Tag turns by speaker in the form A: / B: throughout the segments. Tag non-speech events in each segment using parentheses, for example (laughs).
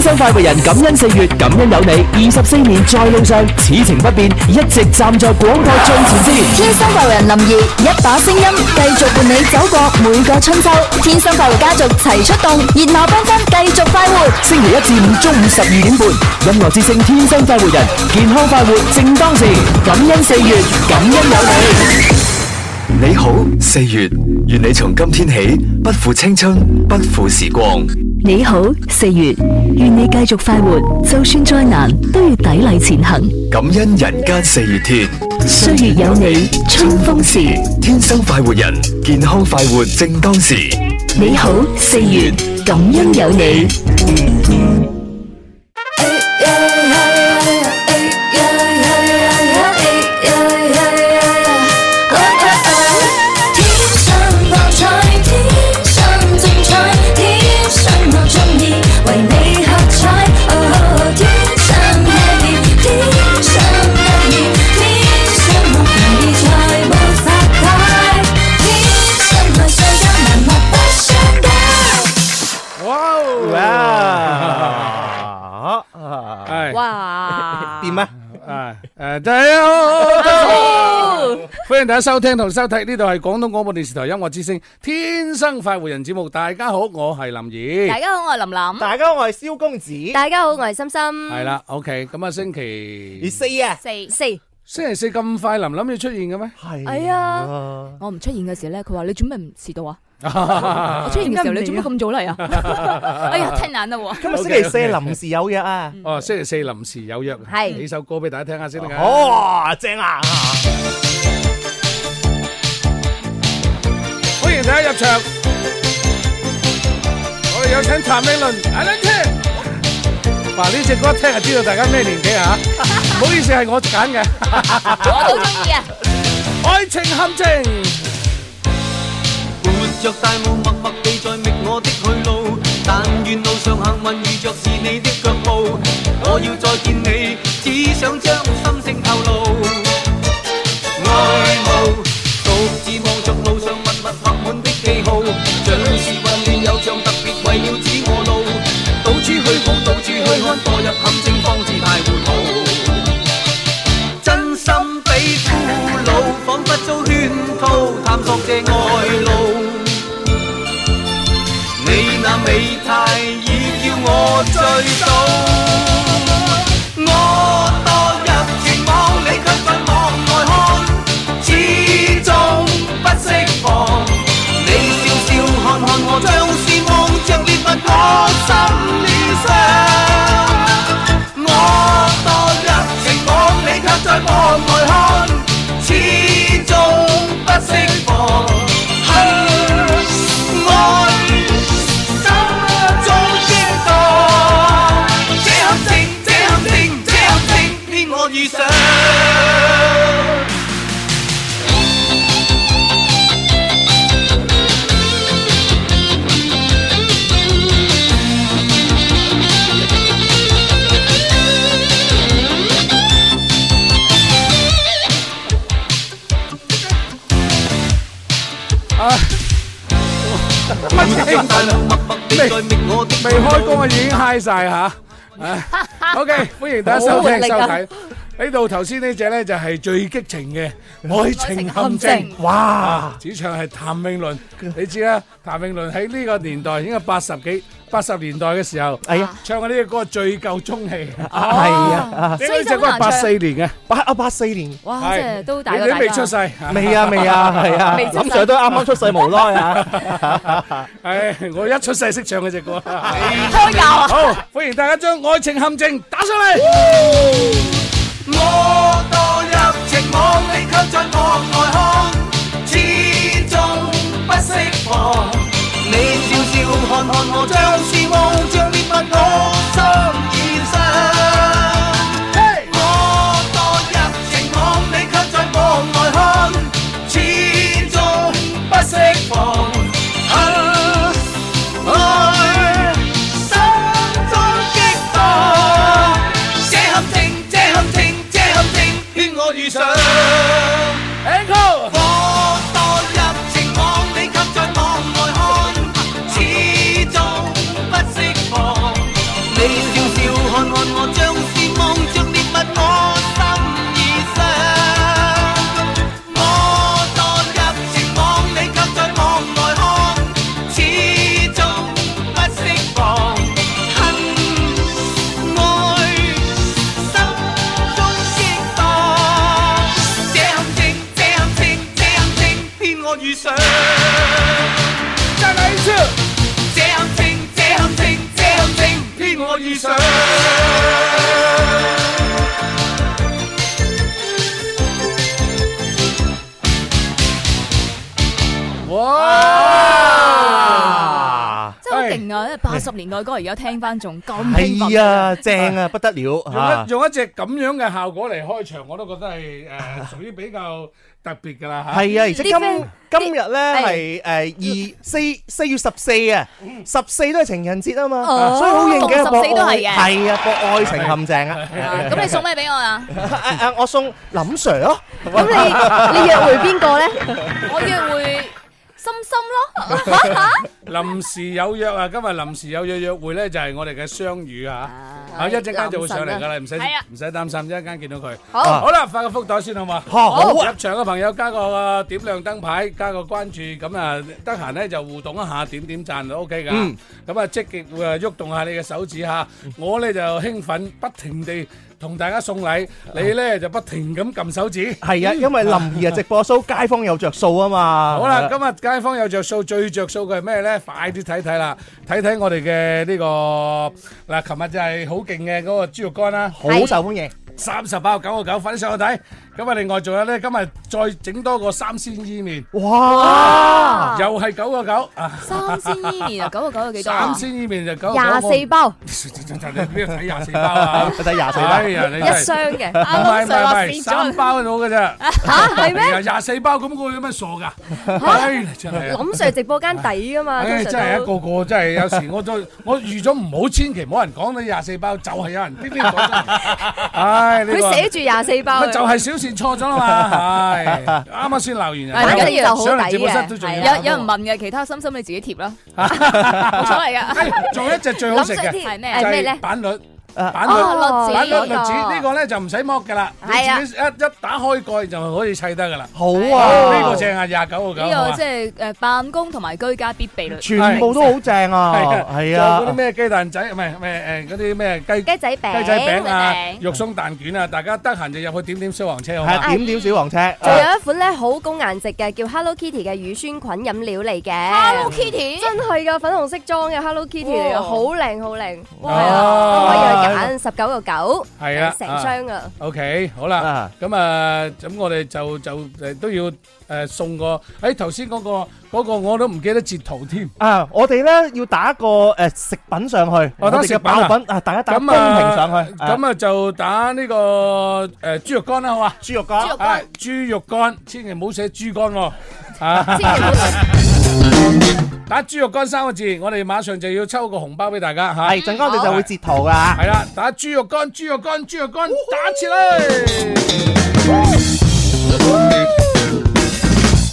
A: 生快活人，感恩四月，感恩有你。二十四年在路上，此情不變，一直站在廣播最前線。
B: 天生快活人林怡，一把聲音繼續伴你走過每個春秋。天生快活家族齊出動，熱鬧繽紛繼續快活。
A: 星期一至五中午十二點半，音樂之聲天生快活人，健康快活正當時。感恩四月，感恩有你。
C: 你好，四月，願你從今天起不負青春，不負時光。
D: 你好，四月，願你繼續快活，就算再難都要砥礪前行。
C: 感恩人間四月天，
D: 歲月有你，春風時，
C: 天生快活人，健康快活正當時。
D: 你好，四月，感恩有你。
E: 哦
F: Ờ.
G: 哇！
H: 點啊？
G: 啊誒，大家好，大家好，歡迎大家收聽同收睇，呢度係廣東廣播電視台音樂之聲《天生快活人》節目。大家好，我係林怡。
H: 大家好，我係林琳。
F: 大家好，我係蕭公子。
H: 大家好，我係心心。係
G: 係，啦，OK，咁啊，星期
F: 而四
I: à?
F: 啊，
H: 四四。
G: 星期四咁快，林林要出現嘅咩？
F: 係
H: 係啊，我唔出現嘅時候咧，佢話你做咩唔遲到啊？我出現嘅時候，你做咩咁早嚟啊？哎呀，太難啦喎！
G: (laughs)
F: 今日星期四臨時有約啊。
G: 哦，星期四臨時有約，
H: 係
G: 俾首歌俾大家聽下先得㗎。
F: 哦，正啊！
G: 歡迎大家入場。我哋有請譚詠麟 I like it。嗱呢只歌一聽就知道大家咩年
H: (laughs)
G: 紀啊！唔好意思，係我揀嘅
H: 我都
G: (laughs)
H: 中意啊！
G: 《愛情陷阱》。
E: 伴着大霧，默默地在覓我的去路。但願路上幸運遇着是你的腳步。我要再見你，只想將心聲透露。愛慕，獨自望着路上密密畫滿的記號，像是混亂有像特別為了指我路。到處去蒲，到處去看，墮入陷阱方至大糊塗。真心比俘虜，彷彿遭圈套，探索這愛路。你那美態已叫我醉倒，我墮入情網，你卻在網外看，始終不釋放。你笑笑看看我，像是望着獵物，我心裏想。我墮入情網，你卻在網外看，始終不釋放。恨愛心中激盪，這陷阱，這陷阱，這陷阱，偏我遇上。
G: 未開工啊，已經嗨晒吓。唉 OK，歡迎大家收聽收睇。呢度頭先呢只咧就係最激情嘅《愛情陷阱》，哇！主唱係譚詠麟，你知啦，譚詠麟喺呢個年代已經係八十幾、八十年代嘅時候，
F: 係啊，
G: 唱嘅呢個歌最夠中氣。呢
F: 係啊，
H: 所以
G: 隻
H: 真
G: 歌
H: 係
G: 係
H: 好
G: 八
H: 難唱
G: 四。年嘅，
F: 八啊八四年，
H: 哇，即係都大
G: 你
H: 過
G: 你
H: 大
G: 都未出世
H: 家。
G: 嚇。
F: 未啊未啊，係啊，
H: 未出世
F: 林 Sir 都啱啱出世無耐啊。
G: 唉，我一出世識唱嘅隻歌。
H: 香油啊！
G: 好，歡迎大家將《愛情陷阱》打上嚟。
E: 我墮入情網，你卻在網外看，始終不釋放。你笑笑看看我，像是望着獵物，我心已傷。我墮入情網，你卻在網外看，始終不釋放。恨愛心中激盪。這陷阱，這陷阱，這陷阱，圈我遇上。我墮入情網，你卻在網外看，始終不釋放。笑笑看看我，像是望着獵物，我心已傷。我墮入情網，你卻在網內看，始終不釋放恨愛，心中激盪。這陷阱，這陷阱，這陷阱，偏我遇上。再來一次。這陷阱，這陷阱，這陷阱，偏我遇上。
G: 哇！
H: 真係好勁啊！因為八十年代歌而家聽翻仲咁興奮。
F: 係啊，正啊，不得了
G: 用
F: 嚇
G: 一。用一隻咁樣嘅效果嚟開場，我都覺得係誒屬於比較特別
F: (laughs)
G: 㗎啦嚇。
F: 係啊，而且今
H: friend-
F: 今日咧
H: 係
F: 係誒二四四月十四啊，十四都係情人節啊嘛，
H: 哦
F: 所以好應景啊，
H: 逢14都係嘅
F: 係啊，個愛情陷阱啊。
H: 啊咁你送咩俾我啊？
F: 誒誒，我送林 Sir 咯，
B: 咁
F: (laughs)
B: 你你约回边个咧？
H: 我約會心心咯。
G: 臨時有約啊！今日臨時有約約會咧，就係我哋嘅雙語啊！啊，一陣間就會上嚟㗎啦，唔使
H: 係啊
G: 唔使擔心，一陣間見到佢。
H: 好
E: Ờ,
G: 好啦，發個福袋先好嘛？
F: 好啊
G: 入場嘅朋友加個點亮燈牌，加個關注，咁啊得閒咧就互動一下，點點讚就 OK 㗎。咁啊積極誒喐動下你嘅手指嚇，我咧就興奮，不停地同大家送禮，你咧就不停咁撳手指。
F: 係啊，因為林
G: (laughs)
F: 兒啊直播 show，街坊有着數啊嘛。
G: 好啦，今日街坊有着數，最着數嘅係咩咧？快啲睇睇啦，睇睇我哋嘅呢個嗱，琴日就係好勁嘅嗰個豬肉乾啦，
F: 好受歡迎，
G: 三十八九個九，快啲上去睇。咁啊，另外仲有咧，今日再整多個三鮮伊麵，
F: 哇！
G: 又係九個九啊！
H: 三千伊麵啊，九個九有幾多
G: 三
H: 啊？
G: 鮮伊麵就九個九，
B: 廿四包
G: 我，你邊度睇廿四包啊？
F: 睇廿四包
G: 哎，呀，你真
B: 一
G: 係
B: 箱嘅，
G: 唔係唔
H: 啱啱上
G: 係
H: 話
G: 唔
H: 試
G: 係，
H: 咗
G: 三包到嘅咋？
B: 吓系咩？
G: 係啊廿四包咁我有乜傻㗎？唉，真係啊！
B: 林 Sir 直播間底噶嘛，通
G: 唉，真
B: 常
G: 係
B: 都
G: 一個個真係有時我都我預咗唔好，千祈唔好人講你廿四包，就係有人偏偏講出嚟。唉，呢個
B: 佢寫住廿四包
G: 咪
B: 嘅，
G: 就係小善錯咗啦
B: (laughs)
G: 嘛，係啱啱先鬧完人，
H: 係
B: 反正就好
G: 上嚟
B: 抵
G: 直播室都仲
B: 嘅。
G: 要
H: 有有人問嘅，其他心心你自己貼啦，冇所謂㗎。
G: 哎仲有一隻最好食嘅
B: 林 Sir
H: 係咩
G: 就
B: 係咩
G: 係
B: 咧？
G: 板栗，
F: 啊
G: 板栗。
B: 哦，
G: 板栗栗
B: 栗
G: 子呢個咧就唔使剝㗎啦，你
B: 係啊
G: 自己一一打開蓋就可以砌得㗎啦。
F: 好啊，
G: 呢個正啊，廿九個九。好
H: 呢
G: 嘛
H: 個即係誒辦公同埋居家必備啦。
F: 全部都好正啊，係
G: 仲有嗰
F: 啊
G: 啲，咩雞蛋仔，唔係咩誒嗰啲咩雞
B: 雞仔餅，
G: 雞仔餅啊
H: 餅、
G: 肉鬆蛋卷啊，大家得閒就入去點點消防車好嘛？
F: 係點點小黃車，
B: 仲有一款咧好高顏值嘅，叫 Hello Kitty 嘅乳酸菌飲料嚟嘅。
H: Hello Kitty，
B: 真係㗎，粉紅色裝嘅 Hello Kitty 嚟嘅，
H: 哇
B: 好靚好靚，
G: 哇
B: 係啊，我有揀十九個九，
G: 係啦
B: 成
G: 啊
B: 箱啊，
G: OK，好啦，
F: 啊，
G: 咁啊，咁我哋就就誒都要誒送個，誒頭先嗰個嗰個我都唔記得截圖添。
F: 啊，我哋咧要打個誒食品上去，
G: 哦打
F: 我哋嘅
G: 食品啊
F: 爆品啊，大家打公
G: 咁
F: 平上
G: 啊
F: 去，，啊
G: 咁啊就打呢個誒豬肉乾啦，好嘛？
F: 豬肉乾。
G: 啊，豬肉乾，千祈唔好寫豬肝喎。啊，
H: 千祈唔好
G: (laughs) 打豬肉乾三個字，我哋馬上就要抽個紅包俾大家嚇。
F: 係，陣間我哋就會截圖噶。
G: 系啦，打豬肉乾、豬肉乾、豬肉乾，打起嚟！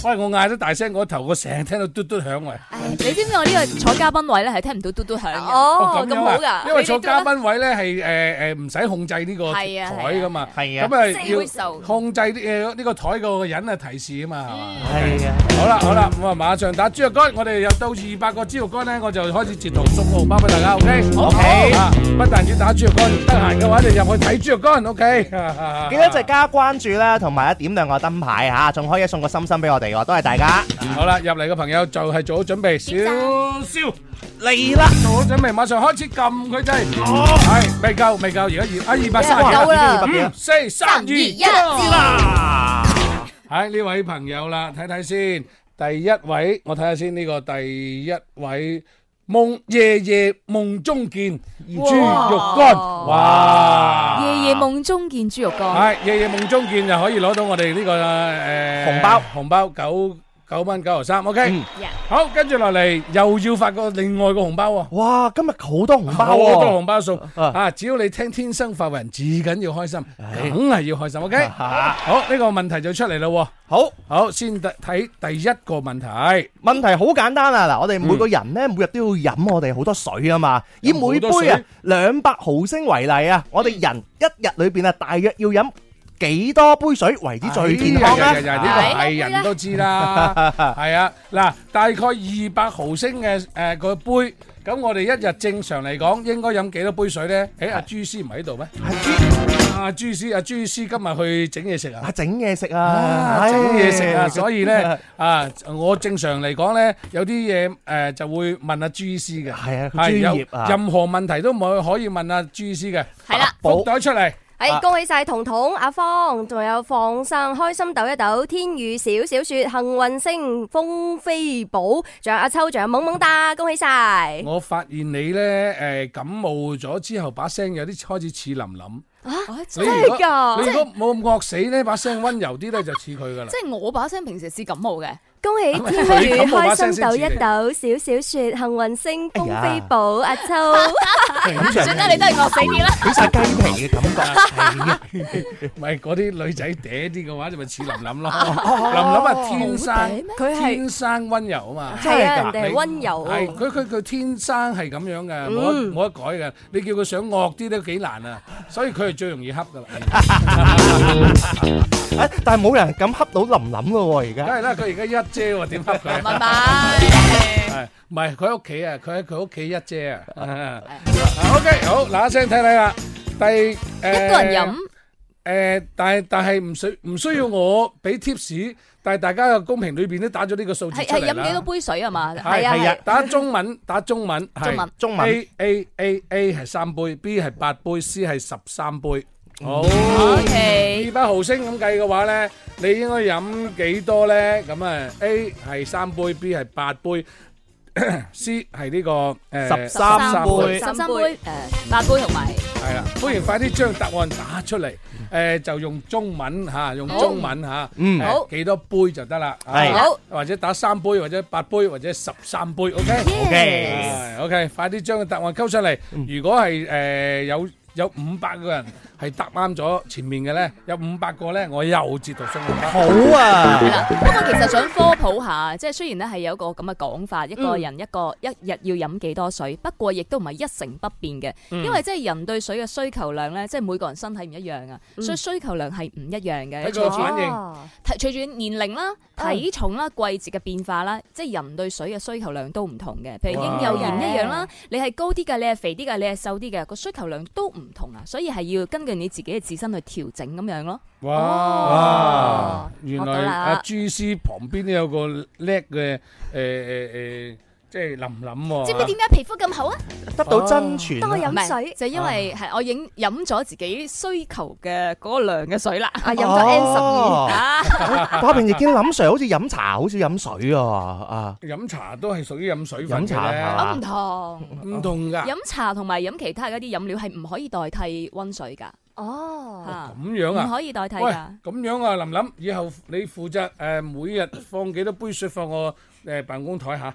G: 喂，我嗌得大聲嗰頭，我成日聽到嘟嘟響喂。
H: 你知唔知我呢個坐嘉賓位咧係聽唔到嘟嘟響嘅？
B: 哦，
G: 樣
B: 咁
G: 啊
B: 好㗎，
G: 因為坐嘉賓位咧係誒誒唔使控制呢個
H: 係啊
G: 台噶嘛，
F: 係啊
G: 咁啊
H: 即係會受
G: 要控制呢呢個台嗰個人啊提示啊嘛，係嘛？
F: 係啊，
G: 好啦好啦，咁啊馬上打豬肉乾，我哋又到二百個豬肉乾咧，我就開始截圖送個紅包俾大家，OK？好啊，不但止打豬肉乾，得閒嘅話就入去睇豬肉乾，OK？
F: (laughs) 記得就加關注啦，同埋一點兩個燈牌嚇，仲可以送個心心俾我哋喎，都係大家
G: 好啦，入嚟嘅朋友就係做好準備，少少
F: 嚟啦，
G: 做好準備，馬上開始撳佢掣，係未夠未夠，而家二啊二百三
B: 夠
G: 十
B: 啦，
E: Ừ,
G: 一，五四三二一。
E: Dạ.
F: 啦，
G: 喺呢位朋友啦，睇睇先。第一位，我睇下先呢個第一位夢夜夜夢中見豬肉乾，哇！
H: 夜夜夢中見豬肉乾，
G: 係夜夜夢中見就可以攞到我哋呢個誒
F: 紅包
G: 紅包九九蚊九毫三，OK。好，跟住落嚟又要發個另外個紅包喎。
F: 哇，今日好多紅
G: 好
F: 包
G: 多
F: 喎，
G: 紅包數
F: 啊
G: 啊！只要你聽天生發圍人，至緊要開心，梗係要開心，OK。
F: (laughs) 啊
G: 好，呢個問題就出嚟咯
F: 好。
G: 喎。好，先睇睇第一個問題。
F: 問題好簡單啊！嗱，我哋每個人呢，每日都要飲我哋好多水啊嘛。以
G: 飲好
F: 每
G: 多
F: 杯啊
G: 水
F: 兩百毫升為例啊，我哋人一日裏邊啊，大約要飲幾多杯水為之最健康
G: 哎呀呀呀呢
F: 呢？
G: 個係人都知啦，係啊，嗱，大概二百毫升嘅誒個杯，咁我哋一日正常嚟講應該飲幾多杯水咧？誒，阿朱師唔喺度咩？阿朱師，阿朱師今日去整嘢食啊
F: 啊，？整嘢食
G: 啊
F: 啊，
G: 整嘢食啊，所
F: (laughs)
G: 以咧
F: 係
G: 啊，我正常嚟講咧，有啲嘢誒就會問阿朱醫師嘅，
F: 係啊佢
G: 係
F: 專
G: 有
F: 業啊
G: 任何問題都冇可以問阿朱醫師嘅，
I: 係啦，
G: 福袋出嚟，
I: 係恭喜晒彤彤、阿芳，仲有放生、開心抖一抖、天宇小小雪、幸運星、風飛寶，仲有阿秋，仲有懵懵哒，恭喜晒！
G: 我發現你咧誒感冒咗之後，把聲有啲開始似林林。
H: 即
G: 你如果
I: 真係㗎
G: 你如果冇咁惡死咧，把聲温柔啲咧就似佢噶啦。
H: 係我把聲平時是感冒嘅，
I: 恭喜天宇、開心抖一抖、小小雪、幸運星、風飛寶、阿秋，
H: 算啦，你都係我死啲啦。
F: 起晒雞皮嘅感覺。係啊
G: (laughs) 唔係嗰啲女仔嗲啲嘅話，就咪似林林咯。
H: 哦
G: 林林啊，天生
I: 佢係
G: 天生温柔啊嘛。
I: 係啊，人哋係
G: 你
I: 温柔，
G: 係佢佢佢天生係咁樣
H: 嗯
G: 嘅，冇得冇得改嘅。你叫佢想惡啲都幾難啊，所以佢係最容易恰噶啦。
H: (laughs)
F: 啊但係冇人敢恰到林林咯喎，
G: 梗
F: 而家。
G: 係啦，佢而家一姐喎，點恰啊
H: (laughs)
G: 佢？
H: 拜拜。
G: 係唔係佢喺屋企啊？佢喺佢屋企一姐啊。啊 OK，好嗱一聲睇睇啦。第誒
H: 一個人飲，
G: 诶、但系但系唔需唔需要我俾 tips，但系大家嘅公屏裏边都打咗呢個數字
H: 係
G: 出
H: 係
G: 嚟
H: 飲幾多
G: 啦。
H: 杯水啊嘛？
G: 係
I: 係啊係啊
G: 打中
H: (laughs)
G: 文，打中文，係
H: 中文
F: 中文
G: A A A A 係三杯，B 係八杯，C 係十三杯。
F: 嗯
G: 好，
H: O
G: 二
H: K，
G: 百毫升咁計嘅話咧，你應該飲幾多咧？咁啊，A 係三杯，B 係八杯 (coughs) ，C 係呢、個呃个诶
F: 十三杯
H: 十三杯，誒八杯同埋
G: 系啦，歡迎快啲將答案打出嚟，诶、就用中文吓，用中文吓，
F: 嗯
G: 誒
H: 好
G: 幾多杯就得啦，
F: 係
G: 啊
H: 好，
G: 或者打三杯，或者八杯，或者十三杯，OK，OK，、OK，快啲將個答案溝出嚟。如果係诶、誒有有五百個人係答啱咗前面嘅咧，有五百個咧，我又折到送紅包。
F: 好啊
H: 係！啦。不過其實想科普下， (laughs) 即係雖然咧係有個咁嘅講法，一
G: 嗯
H: 個人一個一日要飲幾多水，不過亦都唔係一成不變嘅，
G: 嗯
H: 因為即係人對水嘅需求量咧，即係每個人身體唔一樣啊，所以需求量係唔一樣嘅。
G: 嗯睇
H: 隨
G: 佢
H: 住
G: 反應。嗯
H: 睇隨住年齡啦、體重啦、季節嘅變化啦，即係人對水嘅需求量都唔同嘅。譬如嬰幼兒唔一樣啦，你係高啲嘅，你係肥啲嘅，你係瘦啲嘅，個需求量都唔同啊，所以係要根據你自己嘅自身去調整咁樣咯。
G: 哇！原
I: 學到
G: 來
I: 啦
G: 阿朱師旁邊都有個叻嘅诶诶诶，即係林林喎。
H: 知唔知點解皮膚咁好啊？
F: 得到真傳
I: 多
F: 啊，
I: 飲水
H: 就因為係我影飲咗自己需求嘅嗰個量嘅水啦。
I: 啊，飲咗 N 十二。
F: 哦
H: 啊，
F: 我平時見林 Sir 好似飲茶，好少飲水啊！啊，
G: 飲茶都係屬於飲水分
F: 飲茶
G: 嘅
F: 係嘛
H: 我唔同。
G: 咧，唔同㗎。
H: 飲茶同埋飲其他嗰啲飲料係唔可以代替温水㗎，
I: 哦，
H: 嚇
G: 咁樣
H: 唔
G: 啊？
H: 可以代替
G: 喂
H: 㗎。，
G: 咁樣啊，林林，以後你負責誒每日放幾多杯水放我誒辦公台下。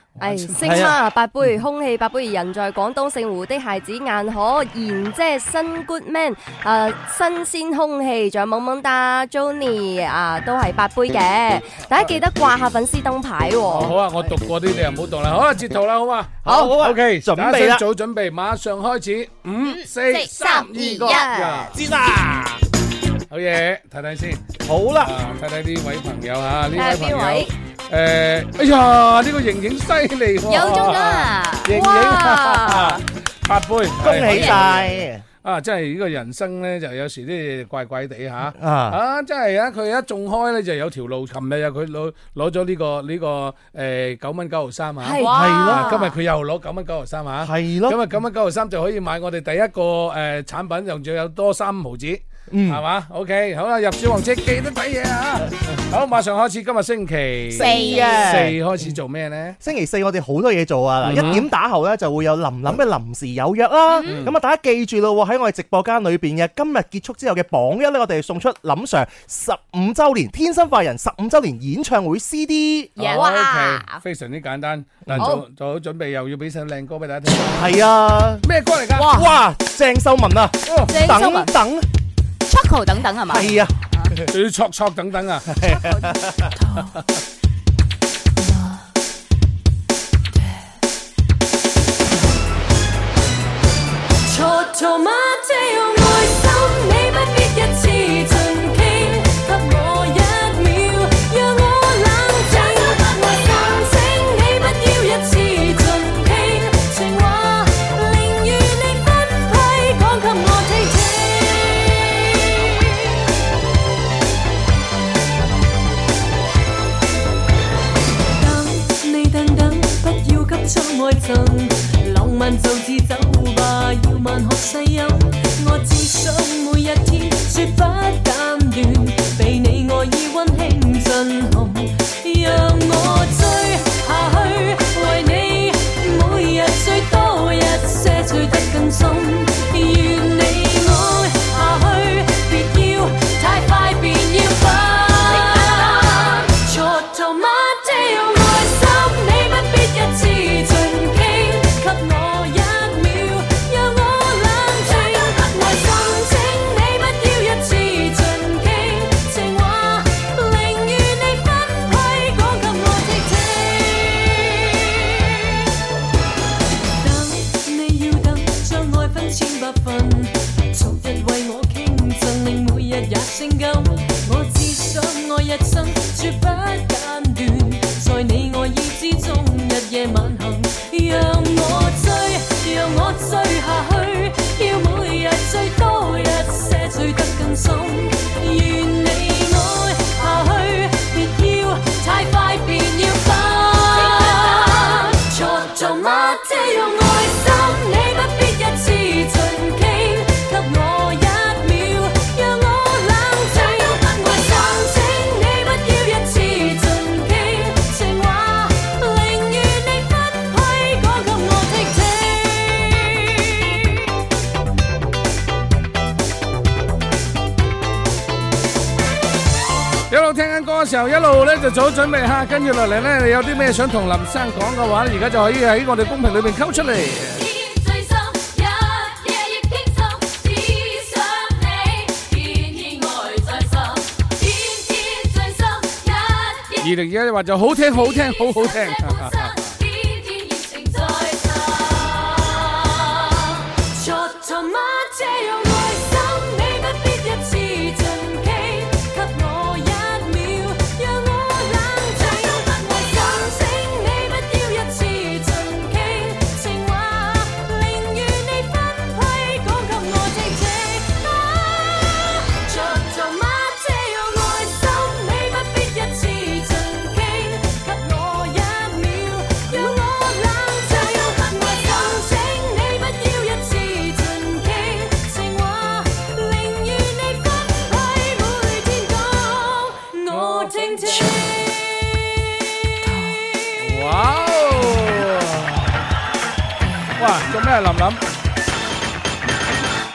I: 係星媽八杯，空氣八杯，人在廣東姓胡的孩子，硬可賢姐新 good man，誒新鮮空氣，仲有萌萌哒 Johnny 啊，都係八杯嘅。大家記得掛下粉絲燈牌喎。
G: 好啊，我讀過啲你又唔好讀啦。好啊，截圖啦，好嘛？
F: 好好啊
G: OK，
F: 準備啦
G: 大家做好準備，馬上開始，五、四、三、二、一，
E: Dạ.
G: 呀
F: 知啦！
G: 好嘢，睇睇先。
F: 好啦。
G: 啊，睇睇呢位朋友啊，呢
I: 睇
G: 位
I: 下
G: 朋
I: 邊
G: 友
I: 位，
G: 誒，哎呀，呢個盈盈犀利喎，
H: 有中啦
G: 盈盈
H: 哇
G: (laughs) 八杯，
F: 恭喜晒！
G: 啊，真係呢個人生咧，就有時啲嘢怪怪地嚇。啊
F: 啊，
G: 啊，真係啊！佢一中開咧就有條路，琴日啊佢攞攞咗呢個呢、個誒九蚊九毫三啊，
I: 係
H: 哇
G: 啊今日佢又攞九蚊九毫三啊，
F: 係咯，
G: 咁啊九蚊九毫三就可以買我哋第一個誒、呃、產品，仲仲有多三毫子。
F: 嗯
G: 係嘛？OK，好啦，入小王子記得睇嘢
F: (laughs)
G: 啊！好，馬上開始，今日星期四四開始做咩咧？
F: 星期四我哋好多嘢做啊！嗱，
G: 嗯哼
F: 一點打後咧就會有林林嘅臨時有約啦。咁啊，大家記住咯喎，喺我哋直播間裏邊嘅今日結束之後嘅榜一咧，我哋送出林 Sir 十五週年天生快人十五週年演唱會 CD。
G: OK，非常之簡單，但做做好準備，又要俾首靚歌俾大家聽。
F: 係啊，
G: 咩歌嚟㗎？
F: 哇！鄭秀文啊，
G: 哦
H: 鄭秀文
F: 等等，
H: Choco 等等係嘛？
G: (laughs)
F: 係啊，
G: 仲要戳戳等等
F: (laughs)
G: 啊！
J: 坐坐馬車用愛心，你不必一次盡傾，給我一秒，讓我冷靜。我心情你不要一次盡傾，情話寧願你分批講給我聽聽。等你等等，不要急速愛憎，浪漫就自走吧，要慢學細音。我只想每一天說不間斷，被你愛意溫馨震撼，讓我追下去，為你每日最多一些，醉得更深。願你愛下去，別要太快，便要分。蹉跎馬車有愛心，你不必一次盡傾，給我一秒，讓我冷靜。愛心情你不要一次盡傾，情話寧願你分批講給我聽聽。等你要等，將愛分千百份，逐日為我傾盡，令每日也性感。我只想愛一生，絕不間斷，在你愛意之中，日夜萬行。讓我追，讓我追下去，要每日最多一些，醉得更深。願你愛下去，別要太快，便要分。錯做乜啫？用愛心，你不必一次盡傾，給我一秒，讓我冷靜。愛心情，你不要一次盡傾，情話寧願你分批講給我聽聽。
G: 一路聽緊歌嘅時候，一路咧就做好準備吓，跟住落嚟咧，你有啲咩想同林生講嘅話咧，而家就可以喺我哋公屏裏邊溝出嚟。
J: 天最深，日夜亦傾心，只想你，天天愛在心，天天最深，日夜
G: 二。零二一話就好聽，好聽，好好聽。哇哦！哇，做咩啊，林林？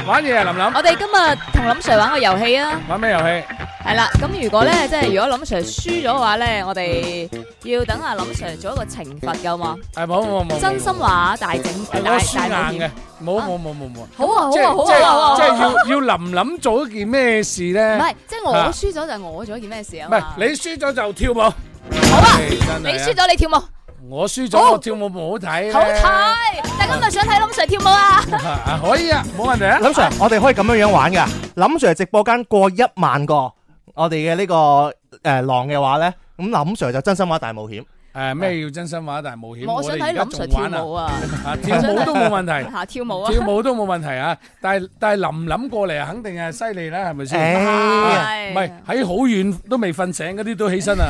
G: 玩嘢啊，林林？
H: 我哋今日同林 Sir 玩個遊戲啊！
G: 玩咩遊戲？
H: 系啦，咁如果咧，即係如果林 Sir 輸咗嘅話咧，我哋要等阿林 Sir 做一個懲罰噶嘛？
G: 係冇冇冇冇。
H: 真心話大整
G: 係
H: 大
G: 我
H: 大
G: 輸
H: 冒
G: 硬
H: 險
G: 嘅，冇冇冇冇冇。
H: 好啊
G: 即
H: 好啊好
G: 係即
H: 啊好
G: 係
H: 啊！
G: 即係要要林林做一件咩事
H: 唔
G: 咧？
H: 係，即係我
G: 啊
H: 輸咗就係我做咗件咩事啊
G: 唔係
H: 嘛？
G: 你輸咗就跳舞。好
H: 好啊！啊
G: 你
H: 你輸，咗你跳舞，好
G: 我輸咗我跳舞唔好睇。
H: 睇！大家咪想睇林 Sir 跳舞啊！
G: 啊，可以啊，冇問題啊。
F: 林 Sir，我哋可以咁樣樣玩噶。林 Sir 直播間過一萬個我哋嘅呢個誒浪嘅話咧，咁林 Sir 就真心話大冒險。
G: 诶咩要真心話大冒險，
H: (laughs) 我想
G: 哋
H: 睇
G: 而家
H: 林 Sir
G: 仲玩
H: 跳舞啊，
G: 啊跳舞都冇
H: (laughs)
G: 問題。
H: 吓跳舞啊，
G: 跳舞都冇問題啊，但係但係林林過嚟肯定係犀利啦，係咪先？
E: Ờ,
F: 哎
G: 唔係喺好遠都未瞓醒嗰啲都起身啊，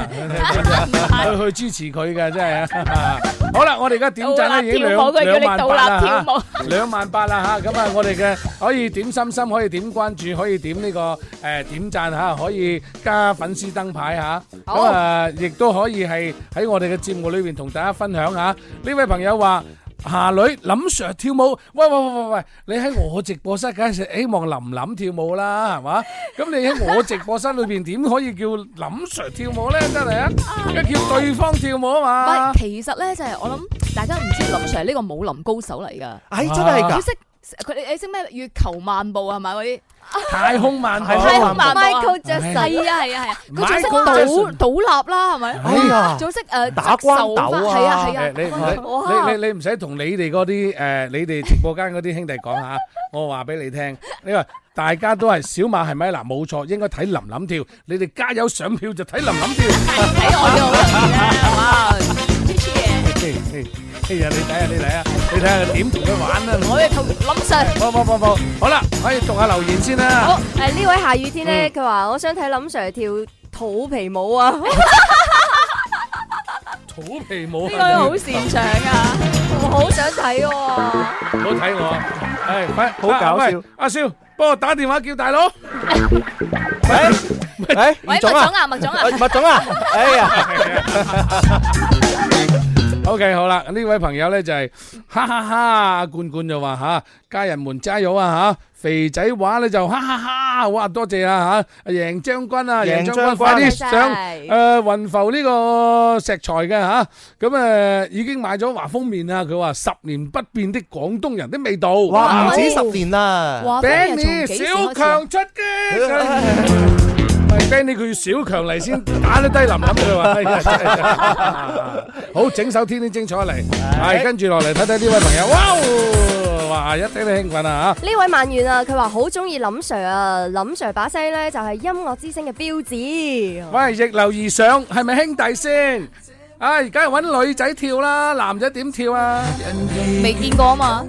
G: 去去支持佢嘅真係啊！好啦，我哋而家點贊咧已經兩兩萬八啦嚇。兩萬八啦嚇，咁啊我哋嘅可以點心心，可以點關注，可以點呢、個誒、呃、點讚嚇，可以加粉絲燈牌嚇，咁啊亦都可以係喺我哋嘅節目裏邊同大家分享下。呢位朋友話。下女林 Sir 跳舞，喂喂喂喂喂，你喺我直播室梗係希望林林跳舞啦，係 (laughs) 嘛？咁你喺我直播室裏邊點可以叫林 Sir 跳舞咧？真係啊，一叫對方跳舞啊嘛
H: 喂，。其實咧就係我諗大家唔知林 Sir 呢個武林高手嚟㗎，
F: 哎，真係
H: 佢
F: 㗎，
H: 識佢你你識咩月球漫步啊係咪嗰啲？
G: (laughs) 太空漫步，
F: 太空
H: 慢步啊
I: Michael
H: 係
I: Jackson
H: 啊係啊係啊，佢
G: Michael
H: 仲識
G: Jackson
H: 倒倒立啦係咪？
F: 哎呀，
H: 仲識誒
F: 打關鬥啊
H: 係啊
G: 誒
H: 係啊，
G: 你唔使
I: 哇
G: 你你你唔使同你哋嗰啲誒，你哋直播間嗰啲兄弟講嚇，我話俾你聽，你話大家都係小馬係咪嗱？冇錯，應該睇林林跳，你哋加油上票就睇林林跳。
H: 睇我嘅
G: 哎呀，你
H: 好得意啦，哇！
G: 睇下你睇下，你睇下佢點同佢玩啊！
H: 我哋同林 Sir。
G: 冇冇冇冇，好啦，可以讀下留言先啦。
I: 好，诶呢位夏雨天咧，佢話我想睇林 Sir 跳肚皮舞啊，
G: 肚皮舞
H: 呢個好擅長啊！
I: 我好想睇喎。
G: 唔好睇我，係快
F: 好搞笑
G: 喂阿少，幫我打電話叫大佬。
F: 哎，
H: 喂，
F: 麥
H: 麥
G: à?
H: 總
F: 總啊，
E: à?
H: 啊，麥總啊，
F: 哎麥總啊，哎呀，
G: (laughs) OK，好啦，呢位朋友咧就係哈哈哈，冠冠就話吓，家人們加油啊吓，肥仔話咧就哈哈哈，哇多謝啊吓，贏將軍啊，
F: 贏
G: 贏將軍
F: 將軍
G: 快啲
I: 多謝
G: 上誒雲浮呢個石材嘅吓，咁誒已經買咗華豐面啦，佢話十年不變的廣東人的味道，
F: 哇，唔止十年
G: Ờ.
E: à.
F: 啦，
H: 哇
G: Benny 小強出擊。喂 Benny 佢要小強嚟先打得低林林佢話哎呀真係，好整首天天精彩嚟，係跟住落嚟睇睇呢位朋友，哇哦，哇一聽都興奮啊
I: 呢位曼遠啊，佢話好中意林 Sir 啊，林 Sir 把聲咧就係音樂之星嘅標誌。
G: 嚇！喂，逆流而上係咪兄弟先？唉，而家揾女仔跳啦，男仔點跳啊？
H: 未見過啊嘛，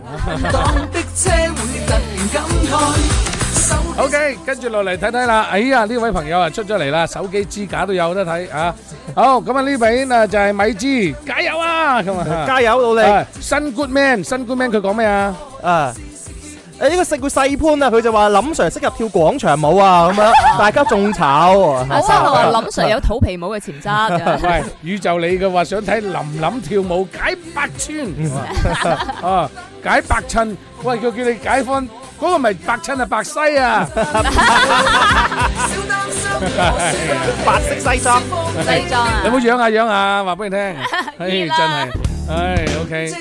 G: OK，跟住落嚟睇睇啦。哎呀，呢位朋友啊出咗嚟啦，手機支架都有得睇啊。好，咁啊呢邊啊就係米芝，加油啊！咁啊， (laughs)
F: 加油努力，
G: 啊新 good man，新 good man 佢講咩啊？
F: 啊！誒呢個食叫細潘啊，佢就話林 Sir 適合跳廣場舞啊，
I: (laughs)
F: 咁樣大家眾籌。 (laughs)
H: 阿生話林 Sir 有肚皮舞嘅
G: (laughs)
H: 潛質。
G: 喂，宇宙你嘅話想睇林林跳舞解百穿，啊解百襯，喂佢叫你解翻，嗰、個咪百襯啊百西啊，
F: 白色西裝，
H: 西裝啊
G: 有，冇養下養下，話俾你聽，唉
H: 熱
G: 真
H: 啦
G: 係，唉哎 OK，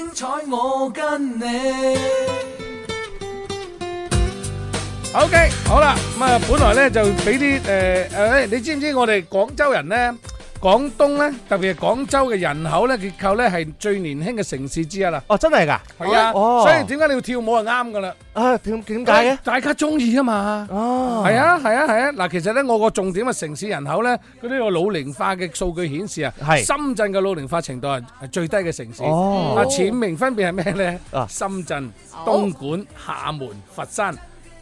G: OK 好啦，咁啊本來咧就俾啲誒誒，你知唔知我哋廣州人咧？廣東咧，特別係廣州嘅人口咧結構咧係最年輕嘅城市之一啦，
F: 哦，真係㗎，
G: 係啊，
F: 哦
G: 所以點解你要跳舞係啱噶啦？
F: 啊點點解嘅？
G: 大家中意啊嘛。
F: 哦，
G: 係啊，係啊，係啊！嗱，其實咧，我個重點嘅城市人口咧，佢呢個老齡化嘅數據顯示啊，
F: 係
G: 深圳嘅老齡化程度係係最低嘅城市。
F: 哦
G: 啊，淺明分別係咩咧
F: 啊？
G: 深圳、東莞、廈門、佛山。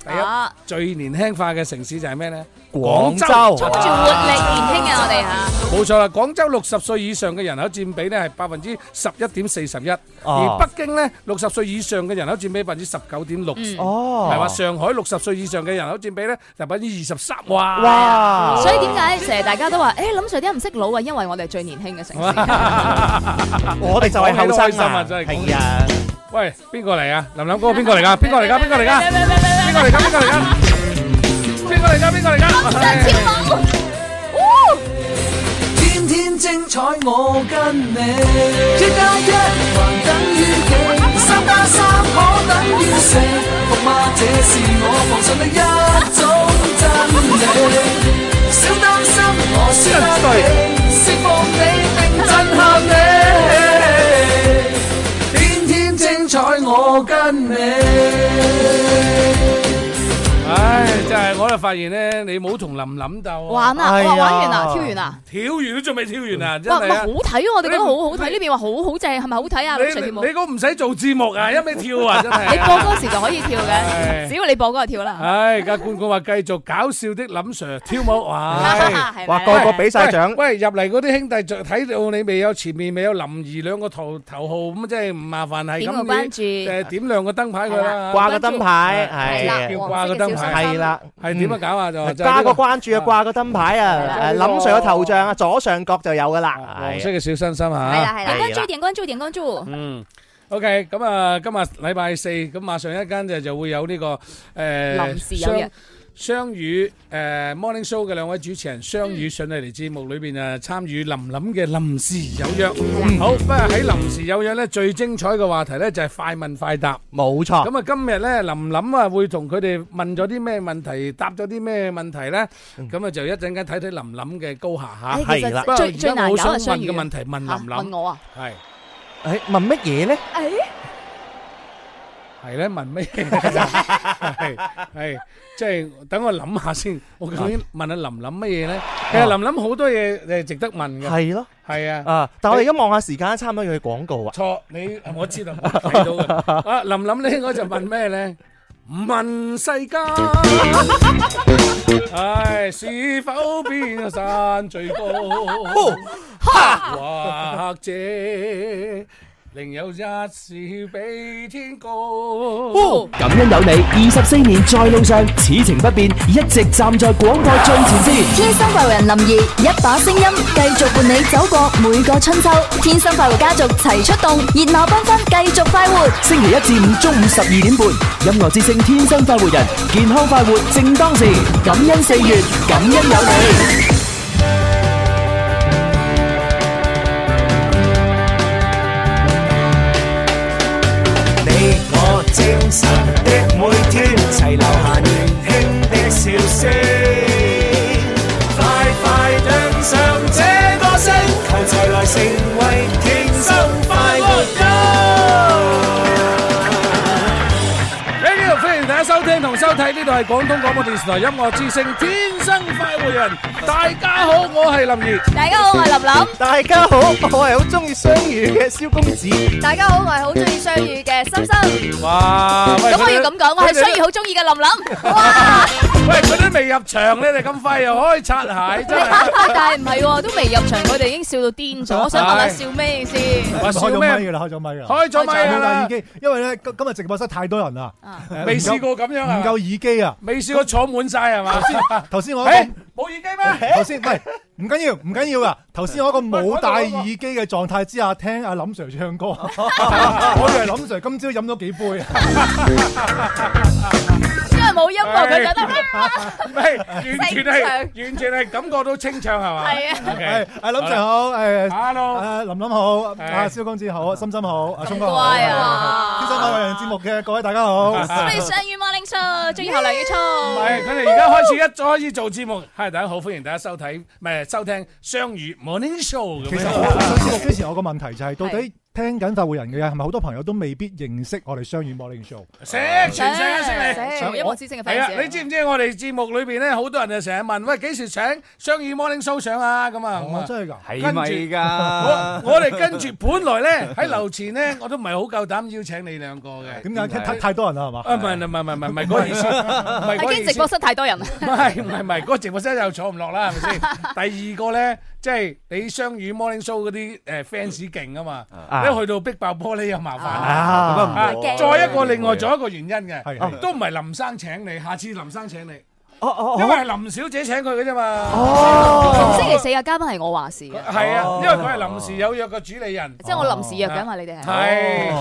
G: 第一
H: 啊
G: 最年輕化嘅城市就係咩咧？
F: 廣州
H: 充住活力年輕啊！我哋嚇，
G: 冇錯啦，廣州六十歲以上嘅人口佔比咧係百分之十一點四十一，
F: 哦
G: 而北京咧六十歲以上嘅人口佔比百分之十九點
H: 嗯
G: 六。
F: 哦，
G: 係話上海六十歲以上嘅人口佔比咧就百分之二十三，哇！
F: 哇，
H: 所以
G: (laughs)
H: 點解成日大家都話誒林 Sir 點解唔識老啊？因為我哋係最年輕嘅城市。
F: 我哋就係
G: 講
F: 後
G: 起都開
F: 生
G: 心啊
F: 啊，
G: 真係
F: 係啊，
G: 喂，邊個嚟啊？林林嗰個邊個嚟噶？邊個嚟噶？邊個嚟噶？邊個嚟噶？邊個嚟噶？邊個嚟噶？邊個嚟噶？唉，真係我哋發現咧，你冇同林林鬥啊，
H: 玩啊，
F: 哎呀
H: 哇，玩完啦，跳完啦，
G: 跳完都仲未跳完啊，真
H: 哇，咪
G: 係
H: 好
G: 啊！
H: 睇喎！我哋覺得好好睇，
G: 你
H: 呢邊話好好正，係咪好睇啊？
G: 你
H: 咁上跳舞，
G: 你嗰唔使做節目
H: (laughs)
G: 啊，一味跳啊，真係啊。
H: 你
G: (laughs)
H: 播歌時就可以跳
G: 係
H: 嘅，只要你播歌就跳啦。
G: 唉，而家冠冠話繼續搞笑的林 Sir 跳舞，唉。
H: 係咪
F: 哇，個個俾晒獎，
G: 喂，入嚟嗰啲兄弟就睇到你未有前面未有林兒兩個頭頭號，咁即係唔麻煩係
H: 點
G: 咁
H: 個關注
G: 誒點亮個燈牌佢啦，
F: 掛個燈
I: 係啦
F: 牌，
G: 要
I: 黃色
G: 掛個燈
I: 嘅小
G: 牌
I: 心
F: 係
I: 心
F: 係啦，
G: 係點樣搞啊？就就係
F: 加個
G: 呢個
F: 關注啊，掛個燈牌啊，誒林 Sir 嘅頭像啊，左上角就有噶啦，
G: 黃色嘅小心心
I: 係
G: 嚇
I: 啦。係啦，
H: 關注點關注點關注，
G: 嗯，OK，咁啊，今日禮拜四，咁馬上一間就就會有呢個誒
H: 臨時有約
G: 雙雙語誒 Morning Show 嘅兩位主持人雙語上嚟嚟節目裏邊啊，參與林林嘅臨時有約。好，不過喺臨時有約咧，最精彩嘅話題咧就係快問快答。
F: 冇錯，
G: 咁啊，今日咧林林啊會同佢哋問咗啲咩問題，答咗啲咩問題咧？咁啊就一陣間睇睇林林嘅高下嚇。
H: 誒其
F: 係啦
H: 實
G: 不過
H: 最
G: 而
H: 最
G: 家
H: 難
G: 我
H: 搞
G: 想
H: 係
G: 問
H: 雙
G: 嘅問
H: 語
G: 題問
H: 嚇
G: 林
H: 問
G: 林
H: 我啊，
G: 係。
F: 誒問乜嘢咧？
G: 係咧，問咩？ (laughs) 係係，即係等我諗下先。我究竟問阿林林乜嘢咧？其實林林好多嘢誒值得問嘅。
F: 係咯，
G: 係啊，
F: 啊！但我哋而家望下時間，差唔多要去廣告啊，
G: 錯你我知道我睇
F: (laughs)
G: 到嘅。啊，林林咧，我就問咩咧？問世
F: (laughs)
G: 間，唉，是否邊個山最高？或者另有一事比天高？
A: 感恩有你，二十四年在路上，此情不變，一直站在廣播最前線。
B: 天生快活人林怡，一把聲音繼續伴你走過每個春秋。天生快活家族齊出動，熱鬧繽紛繼續快活。
A: 星期一至五中午十二點半，音樂之聲天生快活人，健康快活正當時，感恩四月，感恩有你。
E: 你我精神的每天，齊留下年輕的笑聲。快快登上這個星球，齊來成為天生快活人。
G: Radio，歡迎大家收聽同收睇，呢度係廣東廣播電視台音樂之聲《天生快活人》，大家好，我係林怡。
I: 大家好，我係林林。
F: 大家好，我係好中意雙語嘅蕭公子，
I: 大家好，我係好中意雙語嘅心心。
G: 哇！喂
H: 咁我要咁講，我係雙語。好中意嘅林林。哇！
G: 佢哋喂，佢都未入場，你哋咁快又開擦鞋，
I: (laughs)
G: 真係。
H: (laughs) 但係唔係喎，都未入場，佢哋已經笑到癲咗。我想問下笑咩先？
G: 話 (laughs) 笑咩？
K: 開咗咪㗎啦，開咗咪㗎啦。
G: 開咗咪啦，
K: 但係已經-因為呢，今-今日直播室太多人啦，誒，
G: 未
K: 唔夠-
G: 試過咁樣啊？
K: 唔夠耳機啊。
G: 未試過坐滿晒係嘛？ (laughs)
K: 頭先我一個-
G: 誒，冇耳機
K: (laughs)
G: 咩？
K: 啊頭先，喂，唔緊要，唔緊要㗎。頭先我一個冇戴耳機嘅狀態之下，聽阿林 Sir
G: (laughs)
K: 唱歌。我以為林 Sir 今朝飲咗幾杯啊。
H: 因為冇音樂，佢
G: (laughs)
H: 覺得 (laughs)
G: 唔係，完全係
H: 正
G: 完全係感覺到清唱係嘛？
H: 係啊。
G: OK。
K: 係，阿林 Sir 好，誒，
G: Hello。
K: à, 誒，林林好，
G: 係。
K: 阿蕭公子好，心心好，阿聰哥好。
H: 乖啊！
G: (laughs)
K: 天生快活人節目嘅各位大家好。
H: 我哋雙語 morning show，最後梁宇聰。
G: 唔係，佢哋而家開始一開始做節目。係大家好，歡迎大家收睇，唔係收聽雙語 Morning Show 咁
K: 其實
G: 樣。
K: 我上節目之前，我個問題就係到底聽緊法會人嘅人係咪好多朋友都未必認識我哋雙語 morning show？
G: 識
K: Ờ.
G: 全世界識你。
H: 音樂之星嘅
G: 係
H: fans
G: 啊，你知唔知我哋節目裏邊咧，好多人就成日問，喂幾時請雙語 Morning Show à, 上啊？咁啊，咁
K: 哦
G: 啊，。
K: 真係㗎，
G: 係咪我我哋跟住本來咧喺樓前咧，我都唔係好夠膽邀請你兩個嘅。
K: 點解太太多人啦係嘛？
G: 啊，唔係唔係唔係唔係唔係嗰個意思，唔係嗰個
H: 係
G: 意
H: 驚直
G: 思 (laughs)
H: 播。室太多人。
G: 唔係唔係唔係，嗰個直播室又坐唔落啦，係咪先？第二個咧，即係你雙語 morning show 嗰啲誒 fans 勁啊
K: À.
G: 嘛，一去到逼爆玻璃又麻煩啦。
F: 啊，
G: 啊，
I: 會
G: 再一個另外仲有一個原因嘅，
K: 係係
G: 都唔係林生請你，下次林生請你，
F: 哦哦
G: 因為
F: 哦，
G: 係林小姐請佢嘅啫嘛。
F: 哦，
H: 星期四嘅嘉賓係我話事嘅，
G: 係啊，因為佢係臨時有約嘅主理人，
H: 即係我臨時約嘅嘛，你哋係。
G: 係，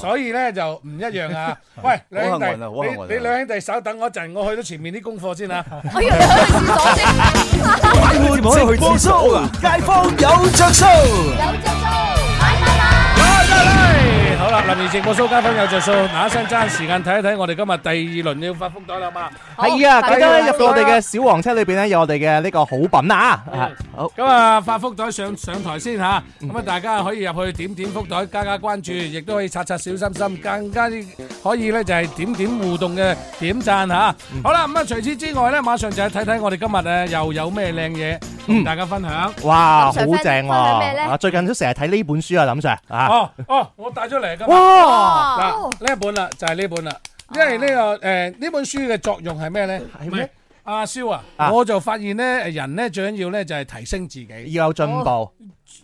G: 所以咧就唔一樣啊。喂，兩兄弟，
C: 好幸運啊好幸運啊
G: 你你兩兄弟稍等我一陣，我去到前面啲功課先啊。
H: 我以為你去廁所啫。
C: 街坊有着數。
H: 有隻租，買買買。
G: 好，好啦，林怡直播蘇家芬有着數，嗱一聲爭時間睇一睇，我哋今日第二輪要發福袋啦嘛。
F: 系啊，記得入到我哋嘅小黃車裏边咧，有我哋嘅呢個好品啊！啊好，
G: 咁啊，發福袋上上台先吓，咁啊，大家可以入去點點福袋，加加關注，亦都可以刷刷小心心，更加可以咧就係點點互動嘅點讚吓。好啦，咁啊，除此之外咧，馬上就係睇睇我哋今日诶又有咩靚嘢同大家分享。
F: 哇，好
G: 林 Sir，
F: 正
G: 分享
F: 喎！
G: 咩呢
F: 啊，最近都成日睇呢本書啊，林 Sir 啊
G: 哦，哦，我帶咗嚟㗎。
F: 哇
G: 嗱呢一本啦，就係呢本啦，因為呢個誒呢本書嘅作用係咩咧？係咩？阿蕭啊，
F: 啊
G: 我就發現咧，人咧最緊要咧就係提升自己，哦
F: 要有進步。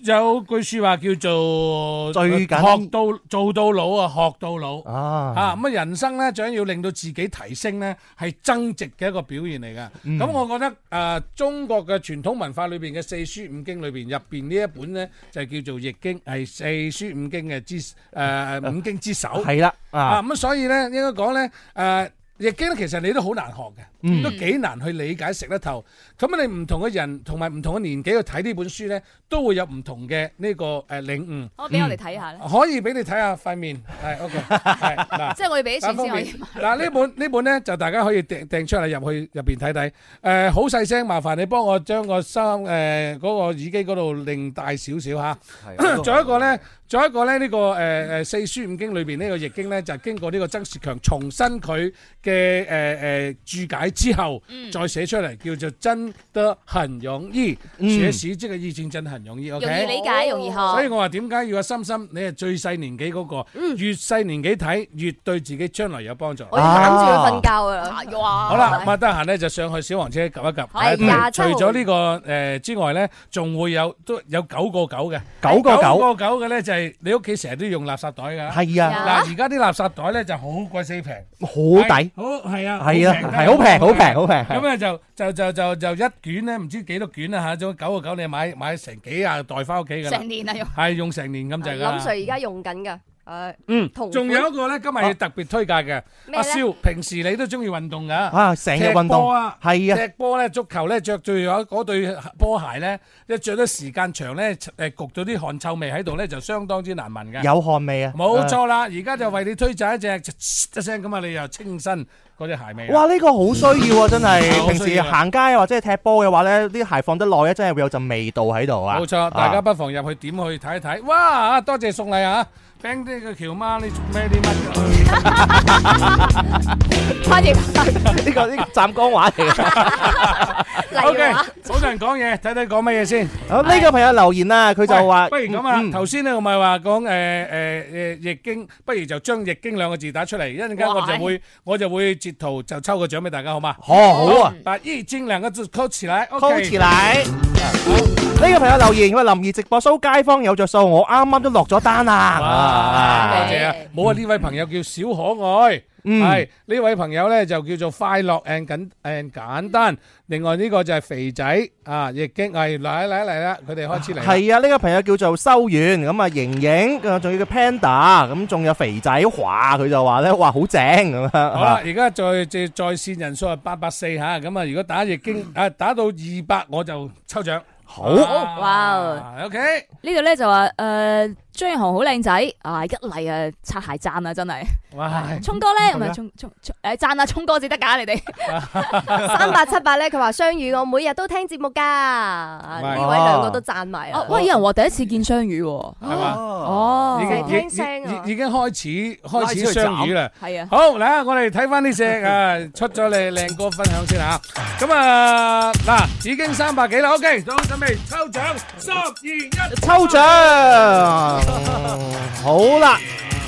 G: 有句説話叫做呃
F: 最緊
G: 學到做到老啊，學到老
F: 啊
G: 啊！咁啊，人生咧最緊要令到自己提升咧，係增值嘅一個表現嚟㗎。咁、
F: 嗯
G: 我覺得誒、呃中國嘅傳統文化裏邊嘅四書五經裏邊入邊呢一本咧，就係叫做《易經》，係四書五經嘅之誒、
F: (laughs)
G: 呃五經之首。
F: 係啦啊
G: 啊咁所以咧應該講咧誒。易經咧，其實你都好難學嘅，
F: 嗯
G: 都幾難去理解食得透。咁你唔同嘅人同埋唔同嘅年紀去睇呢本書咧，都會有唔同嘅呢個誒領悟。
H: 我俾我哋睇下咧，
G: 可以俾你睇下塊面，係 OK，係
H: (laughs)
G: 嗱，
H: 即係我哋俾錢先可以
G: 單方面嗱呢本呢本咧就大家可以掟掟出嚟入去入邊睇睇。誒好細聲，麻煩你幫我將個收誒嗰個耳機嗰度令大少少嚇。仲有一個咧，仲有一個咧呢個誒誒四書五經裏邊呢個易經咧，就經過呢個曾仕強重新佢嘅誒誒注解之後，再寫出嚟叫做真得很容易，寫史即係意見真很容易，OK。
H: 容易理解，容易學。
G: 所以我話點解要阿心心，你係最細年紀嗰、個，越細年紀睇越對自己將來有幫助。
I: 我要攬住佢瞓覺啊！
G: 好啦，咁啊得閒咧就上去小黃車撳一撳。
I: 係
G: 睇一睇
I: 廿七
G: 除
I: 號
G: 咗呢個誒之外咧，仲會有都有九個九嘅，
F: 九個九
G: 九個九嘅咧就係你屋企成日都用垃圾袋㗎。
F: 係啊
G: 嗱而家啲垃圾袋咧就好鬼死平。
F: 好抵，
G: 好係啊，
F: 係啊
G: 平
F: 係好平好平好平
G: 咁咧就就就就就一卷咧，唔知幾多卷啦嚇，總之九個九你買買成幾廿袋翻屋企㗎啦。
I: 成年啊用
G: 係用成年咁就㗎
I: 林
G: 啦。
I: Sir 而家用緊㗎，誒，
G: 嗯，
I: 同款
G: 仲有一個咧，今日要特別推介嘅，
I: 咩呢
G: 阿蕭，平時你都中意運動㗎，
F: 啊成日
G: 踢
F: 運動
G: 波啊，
F: 係啊
G: 踢波咧，足球咧，着住嗰對波鞋咧，一着得時間長咧，誒焗到啲汗臭味喺度咧，就相當之難聞嘅。
F: 有汗味啊！
G: 冇錯啦，而家就為你推介一隻一聲咁啊，你又清新嗰隻鞋味啊。
F: 哇！呢、個好需要啊，真係。
G: 好
F: 平
G: 需
F: 時
G: 要啊
F: 行街或者係踢波嘅話咧，啲鞋放得耐咧，真係會有陣味道喺度啊。
G: 冇錯，大家不妨入去點去睇一睇。哇！多謝送禮啊，聽呢個喬媽你做咩啲乜㗎？
I: 花嘢
F: 呢個呢個湛江話嚟嘅。
G: O K，好多人講嘢，睇睇講乜嘢先。
F: 好，呢個朋友留言啦，佢就話：
G: 喂不如咁啊，頭先咧我咪話講誒誒誒易經，不如就將易經兩個字打出嚟，一陣間我就會我就會截圖就抽個獎俾大家，好嘛？
F: 哦好啊
G: 把易經兩個字扣起來，OK
F: ，call 起來。呢個朋友留言，佢話林怡直播 show 街坊有着數，我啱啱都落咗單啦。
G: 哇！
F: 啊
G: 多謝啊！冇啊，呢位朋友叫小可愛。
F: 嗯
G: 係呢位朋友咧就叫做快樂 and 簡 and 簡單，另外呢個就係肥仔啊，易經係嚟嚟嚟啦，佢哋開始嚟啦。
F: 係啊，呢個朋友叫做修遠，咁啊盈盈，誒仲有個 panda，咁仲有肥仔華，佢就話咧，哇好正咁樣。
G: 好啦，而家在在在線人數係八百四吓，咁啊，如果打易經啊打到二百我就抽獎。
F: 好
G: 啊
H: 哇！
G: ，OK，
H: 呢度咧就話誒張宇航好靚仔啊，一嚟啊擦鞋讚啊，真係。
G: 哇！
H: 聰哥咧，唔係
I: 係啊
H: 聰聰聰誒讚啊，聰哥至得
G: (laughs)
H: 㗎，你哋。
I: 三八七八咧，佢話雙語，我每日都聽節目㗎。啊呢位兩個都讚埋啊！
H: 喂，有人話第一次見雙魚喎。
G: 係嘛？
H: 哦
G: 已
I: 就係
G: 經
I: 聽聲啊
G: 已已已經開始開始相遇啦。
H: 係啊
G: 好嗱，我哋睇翻呢只啊，出咗你靚歌分享先吓。咁啊嗱，已經三百幾啦，OK，好準備抽獎，三二一，
F: 抽獎。好啦，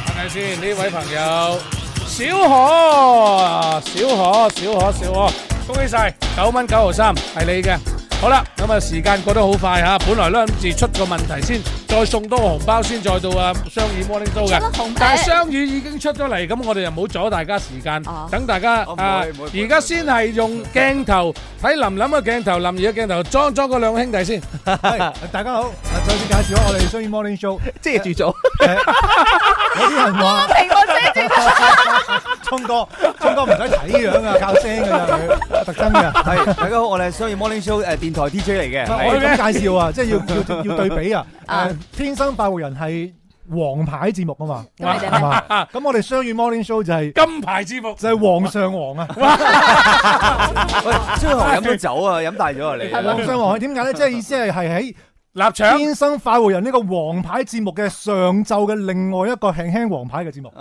G: 睇睇先呢位朋友，小可，小可，小可，小可，恭喜晒，九蚊九毫三係你嘅。好啦，咁啊時間過得好快嚇，本來咧諗住出個問題先，再送多個紅包先，再到啊雙語 à, morning show 嘅
H: 出個紅包。
G: 但係雙語已經出咗嚟，咁我哋又唔好阻大家時間，等大家
H: 哦唔會
G: 啊
H: 唔會唔會
G: 而家先係用鏡頭睇林林嘅鏡頭，林兒嘅鏡頭，裝裝嗰兩兄弟先。
K: (laughs) 大家好，嗱再次介紹下我哋商業 morning show，呃
F: 遮住咗。
K: 有啲人話
I: 平我遮住
K: (laughs) 聰哥，聰哥唔使睇樣啊，靠聲㗎咋佢，特登㗎。
L: 係大家好，我哋係商業 morning show 誒電台 DJ 嚟
I: (laughs)
L: 嘅，
I: 啊
K: 呃我哋咁介紹啊，即係要要要對比啊。誒，天生快活人係黃牌節目啊嘛，
G: 咁你哋呢
K: 係嘛咁我哋雙語 morning show 就係
G: 金牌節目，
K: 就係皇上皇啊。 (laughs)
L: 張學 (laughs) 友飲咗酒啊，飲大咗啊你。
K: 皇上皇係點解咧？即係意思係係喺。
G: 立場
K: 天生快活人呢個黃牌節目嘅上晝嘅另外一個輕輕黃牌嘅節目，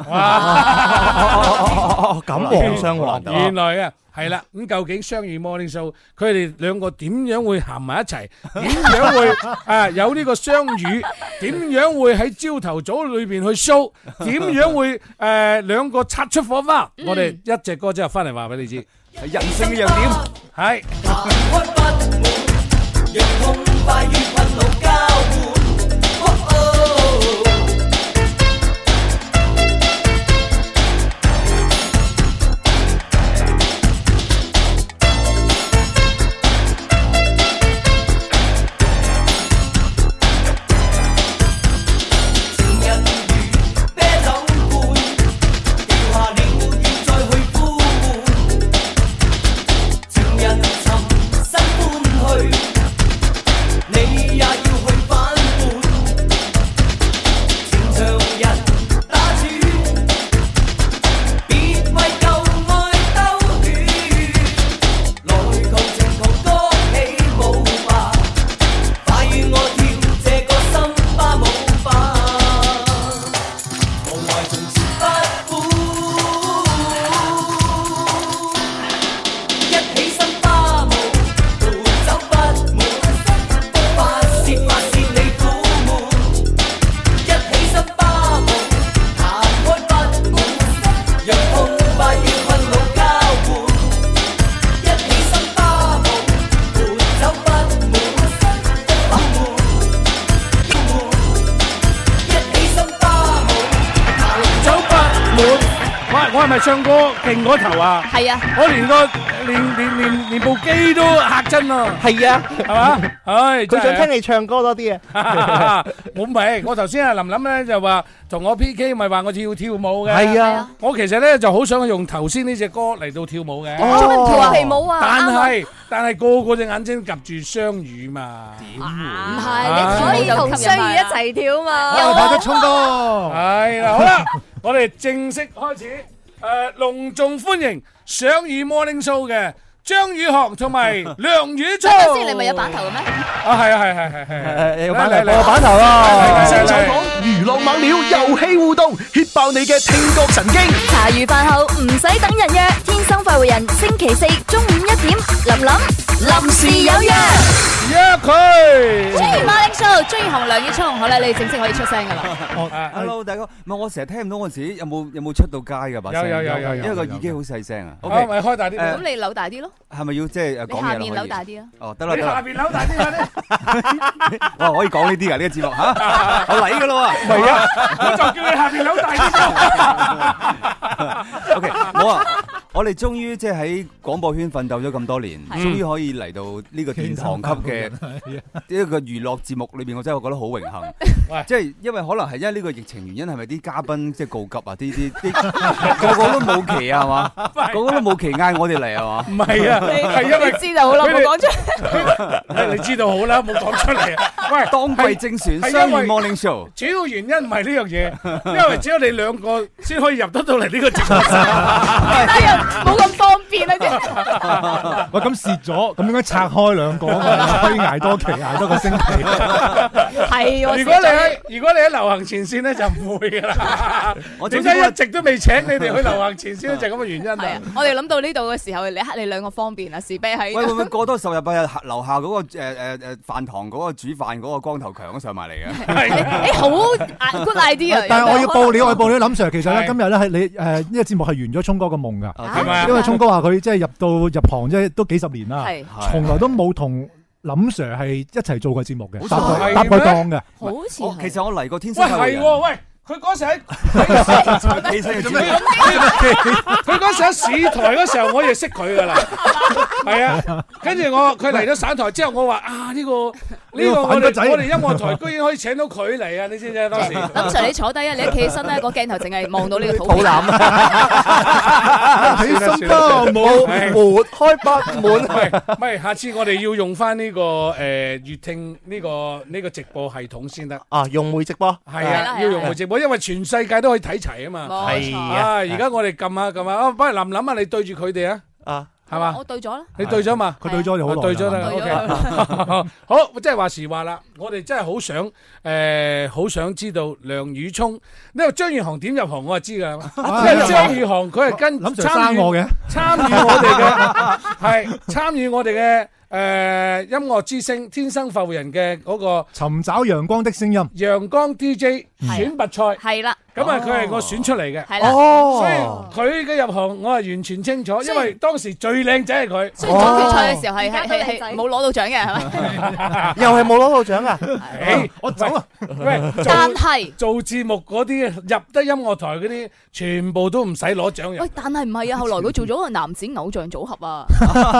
F: 咁皇上皇
G: 原來啊，係啦，咁究竟雙語 morning show 佢哋兩個點樣會行埋一齊？點樣會啊有呢個雙語？點樣會喺朝頭早裏邊去 show？點樣會誒兩個擦出火花？我哋一隻歌之後翻嚟話俾你知，人性嘅弱點係。走不滿。我-我係咪唱歌勁過頭啊？
H: 係啊。
G: 我連個-連-連-連-連部機都嚇親啊。係嘛？唉，
F: 佢
G: 真係
F: 想
G: 啊。 (laughs)
F: 聽你唱歌多啲啊！
G: à, 我唔係，我頭先阿林林呢就話同我 PK 咪話我要跳舞嘅。
F: 係啊。
G: 我其實呢就好想用頭先呢隻歌嚟到跳舞嘅。
I: 做乜唔跳皮舞啊？
G: 但係-但係個個隻眼睛夾住雙語嘛。
I: Ờ. 可以同雙語一齊跳嘛？
G: 又
K: 拍得衝多，
G: 係啦，好啦，我哋正式開始，诶、隆重歡迎上語 Morning Show 嘅張宇航同埋梁宇超。
H: 等陣先，你咪有版頭嘅咩？
G: 啊，係啊，係係係係係，
F: 有版頭
G: 嚟嚟嚟
F: 有版頭啊
G: 嚟嚟嚟
F: 精
G: 嚟
F: 彩
C: 娛樂猛料遊戲互動，揭爆你嘅聽覺神經。
B: 茶余飯後唔使等人約，天生快活人，星期四中午一點，林林臨時有約。
G: 約佢。
H: 中意馬力 show，中意紅梁宇聰，好啦，你正式可以出
G: (laughs)
H: 聲噶啦。
L: Hello，大哥，唔係我成日聽唔到我自己有冇有冇出到街㗎把
G: 有
L: 聲，
G: 有有有有
L: 因為個耳機好細聲啊。
G: 啊咪開大啲
L: 誒
H: 咁你扭大啲咯，
L: 係咪要即係誒
H: 你
L: 講
H: 下
L: 嘢啦
H: 面
L: 可
H: 扭
L: 以
H: 大啲啊。
L: 哦，得啦
G: 你
L: 得
G: 下
L: 啦，
G: 邊扭大啲
L: (laughs)
G: 快啲。
L: 哇，可以講呢啲㗎呢個節目
G: (laughs)
L: 嚇，我嚟㗎啦喎。
G: 係啊， (laughs) 我就叫你下邊扭大啲。
L: O K，我
G: (laughs)
L: 啊，我哋終於即係喺廣播圈奮鬥咗咁多年，
G: 係
L: 終於可以嚟到呢個殿堂級嘅 (laughs) 一個娛樂節目裏邊，我真係覺得好榮幸。
G: 喂
L: 即係因為可能係因為呢個疫情原因，係咪啲嘉賓即係告急啊？啲
G: (laughs)
L: 啲啲個個都冇期啊，係嘛？個個都冇期嗌我哋嚟啊
G: 唔
L: 嘛？
G: 係啊，係因為
H: 你知道好啦，
G: 佢
H: 冇
G: 哋
H: 講出嚟。
G: 你知道好啦，冇講出嚟啊。喂，
L: 當季精
G: 係
L: 選
G: 因
L: 雙
G: 為
L: 語 morning show，
G: 主要原因唔係呢樣嘢，因為只有你兩個先可以入得到嚟呢個節目。
H: 冇咁方便啊啫。
G: (laughs)
K: 喂咁蝕咗，咁應該拆開兩個，可以捱多期，捱多個星期。
H: (laughs) 係喎，
G: 如果你喺如果你喺流行前線咧，就唔會噶啦。
L: (laughs) 我
G: 點
L: 總之
G: 解一直都未請你哋去流行前線咧？就係咁嘅原因
H: 係啊
G: 啊！，
H: 我哋諗到呢度嘅時候，你黑你兩個方便啊，士啤喺
L: 喂會唔
H: (laughs)
L: 會過多十日八日，樓下嗰個誒誒誒飯堂嗰個煮飯嗰個光頭強都上埋嚟嘅？
H: 誒好 good idea，
K: 但係我要報料，我要報料，林 Sir 其實
G: 係
K: 咧今日咧係你誒呢個節目係完咗聰哥個夢㗎。
G: 係咪啊
K: 因為聰哥話佢即係入到入行即係都幾十年啦，
H: 係
K: 從來都冇同林 Sir 係一齊做過節目嘅，搭
G: 好似
K: 過
G: 係
K: 搭過
G: 咩
K: 檔嘅。
H: 好似
L: 哦，其
H: 係
L: 實我嚟過 (laughs)
G: 喂，
L: 天生快活
G: 係
L: 人
G: 喎，喂，佢嗰時
L: (laughs)
G: 喺
L: 其實做咩？
G: (laughs) 佢嗰時喺市台嗰時候，我亦識佢噶啦。係啊，跟住我佢嚟咗省台之後，我話啊呢
L: (laughs)
G: 個呢
H: 呢
G: 個
H: 個
G: 我
H: 反骨仔
G: 哋我哋音樂台居然可以請到佢嚟啊！你知唔知啊？當
H: (laughs)
G: 時
H: 林 Sir 你坐低啊，你一企起身咧，個鏡頭淨係望到你個肚
G: 肚腩
F: 起身啦，冇活開不滿。
G: 唔係，下次我哋要用翻呢個誒粵聽呢個呢個直播系統先得。
F: 啊，用媒直播
G: 係啊，要用户直播，因為全世界都可以睇齊啊嘛。
F: 冇錯係啊
G: 啊，而家我哋撳下撳下，啊，不如林林啊，你對住佢哋啊，
F: 啊，
G: 係嘛？
H: 我對咗啦。
G: 你對咗嘛？
K: 佢對咗你好耐啦
G: 啊對咗啦
H: 對咗
G: ，OK。好，
H: (laughs)
G: 即係話時話啦，我哋真係好想誒，好想知道梁宇聰呢個張宇航點入行，我就知㗎啦。
K: 啊
G: 因為張宇航佢係跟
K: 諗住
G: 參
K: 生
G: 與
K: 我嘅，
G: 參與我哋嘅 (laughs) 係參與我哋嘅誒音樂之星天生發福人嘅嗰個
K: 尋找陽光的聲音。
G: 陽光 DJ 選拔賽。
H: 係啦。
G: 咁啊，佢係我選出嚟嘅，
H: 係啦
K: 哦
G: 所以佢嘅入行我係完全清楚，因
H: 雖然
G: 為當時最靚仔係佢，
H: 所以總決賽
G: (laughs)
H: 嘅時候係係係係冇攞到獎嘅係咪？
F: 又係冇攞到獎啊！
G: 我走啦。喂，
H: (laughs)
G: 做
H: 但係
G: 做節目嗰啲入得音樂台嗰啲，全部都唔使攞獎
H: 喂
G: 嘅。，
H: 但係唔係啊？後來佢做咗個男子偶像組合啊，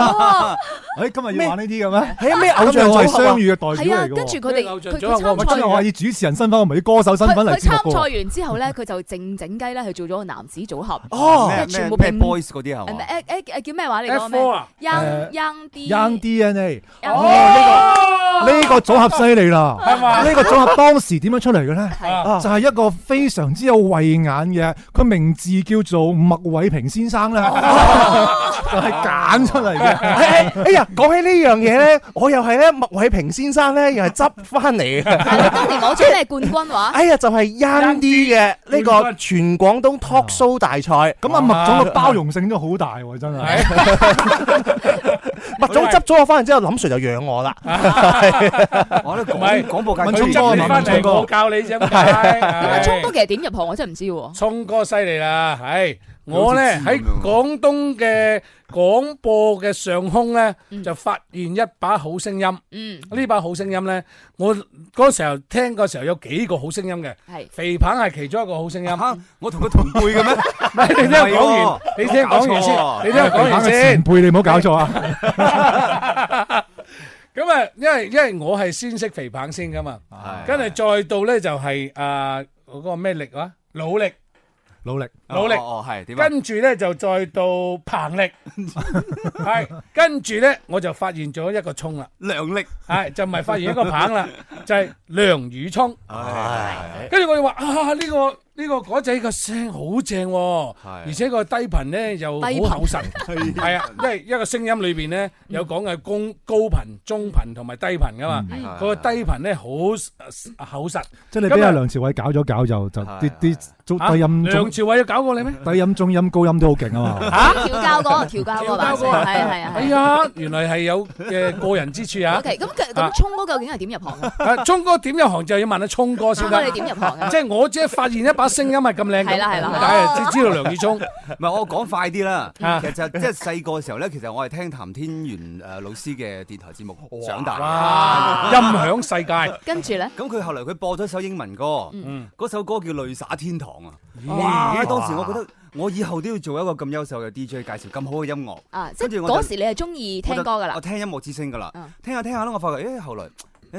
K: 誒，今日要玩呢啲嘅咩？
F: 係啊，咩
K: 偶像組合啊我係雙語嘅代
H: 係
K: 表
H: 啊，
K: 嚟嘅喎
H: 跟住佢哋
G: 偶像
H: 佢
G: 組合我
H: 佢
G: 唔
K: 我
H: 參
K: 真
H: 賽
K: 係我係
H: 完。
K: 以主持人身份，我唔係以歌手身
H: 佢
K: 份嚟
H: 佢
K: 節
H: 參
K: 目
H: 賽
K: 嘅喎。
H: 完之後咧，佢就靜靜雞咧去做咗個男子組合，
F: 哦
H: 即
L: 咩
H: 係全部
L: 咩
H: 被
L: 咩 boys 嗰啲係
H: 誒
L: 嘛？
H: 誒誒誒叫咩話？你講
G: F4
H: 咩
G: 啊
H: ？Young
K: 誒
H: Young D
K: Young DNA，
G: 哦，
K: 呢個組合犀利啦！
G: 係嘛
K: 呢個組合當時點樣出嚟嘅呢？
H: 係
K: 就係一個非常之有慧眼嘅，佢名字叫做麥偉平先生啦， (laughs) 就係揀出嚟嘅。
F: 哎哎呀，講起呢樣嘢咧，我又係咧，麥偉平先生咧又係執翻嚟嘅。
H: 但係你當年攞咗你係冠軍話，
F: 哎呀，就係 Young D 嘅呢個全廣東 Talk Show 大賽，
K: 咁啊，麥總嘅包容性都好大喎，真係。
F: (laughs) 麥總執咗我翻嚟之後，林 Sir 就養我
K: (laughs)
F: 啦。
L: 我咧
G: 唔係
L: 廣廣播界
K: 文
G: 佢
K: 聰
G: 執
K: 哥
G: 你
K: 文
G: 翻
K: 聰
G: 嚟，
K: 哥
G: 我教你啫。咁解
H: 咁啊，聰哥
G: 係
H: 其實點入行我真係唔知喎。
G: 聰哥犀利啦，係我
L: 好
G: 咧
L: 似知咁
G: 喺
L: 樣
G: 廣東嘅廣播嘅上空咧，就發現一把好聲音。
H: 嗯，
G: 呢把好聲音咧，我嗰時候聽嗰時候有幾個好聲音嘅，
H: 係
G: 肥棒係其中一個好聲音。
L: 嚇，我同佢同輩嘅咩？
G: (laughs) 唔係你聽我講完，你聽我講完
L: 搞錯啊
G: 先，你聽我講
K: 你
G: 完
K: 嘅
G: 先
K: 前。輩，你唔好搞錯啊！
G: (laughs) 咁啊，因為因為我係先識肥棒先噶嘛，跟住再到咧就係啊嗰個咩力啊，努力，
K: 努力，
G: 努力
L: 哦哦係點啊？
G: 跟住咧就再到彭力，係跟住咧我就發現咗一個聰啦，
L: 量力
G: 係就唔係發現一個棒啦，就係梁宇聰。跟住我哋話啊呢個呢個嗰仔個聲好正喎，而且個低頻咧又
H: 低頻
G: 好厚
H: (laughs)
G: 實，係啊，因為一個聲音裏邊咧有講嘅高高頻、中頻同埋低頻噶嘛，
L: 係
G: 嗰個低頻咧好呃厚實。
K: 即係你俾阿梁朝偉搞咗搞就就啲啲
G: 啊
K: 低
G: 梁
K: 音中
G: 朝偉有搞過你咩？
K: 低音中音高音都好勁啊嘛！
G: (laughs)
H: 調教嗰個調教嗰個把
G: 調教
H: 聲，
G: 嗰個
H: 係啊係啊
G: 哎
H: 係啊。
G: 呀，原來係有嘅個人之處啊
H: (laughs) O！K，咁佢
G: 啊
H: 咁聰哥究竟係點入行嘅？
G: 啊，聰哥點入行就要問阿聰哥先
H: 聰哥
G: 得
H: 你。點入行嘅？
G: 即係我只係發現一把聲音係咁靚，
H: 係啦係啦
G: 咁解啊知知道梁宇聰
L: 唔係我講快啲啦，其
G: 啊
L: 實就即係細個嘅時候咧，其實我係聽譚天源誒老師嘅電台節目長大。
G: 啊，音響世界。
H: 跟住咧，
L: 咁佢後嚟佢播咗一首英文歌，嗰首歌叫《淚灑天堂》啊！
G: 咦
L: 哇！當時我覺得我以後都要做一個咁優秀嘅 DJ，介紹咁好嘅音樂。
H: 啊，即係
L: 跟住我就
H: 嗰時你係中意聽歌噶
L: 我
H: 啦，
L: 聽音樂之聲噶啦
H: 嗯，
L: 聽下聽下咧，我發覺誒後來誒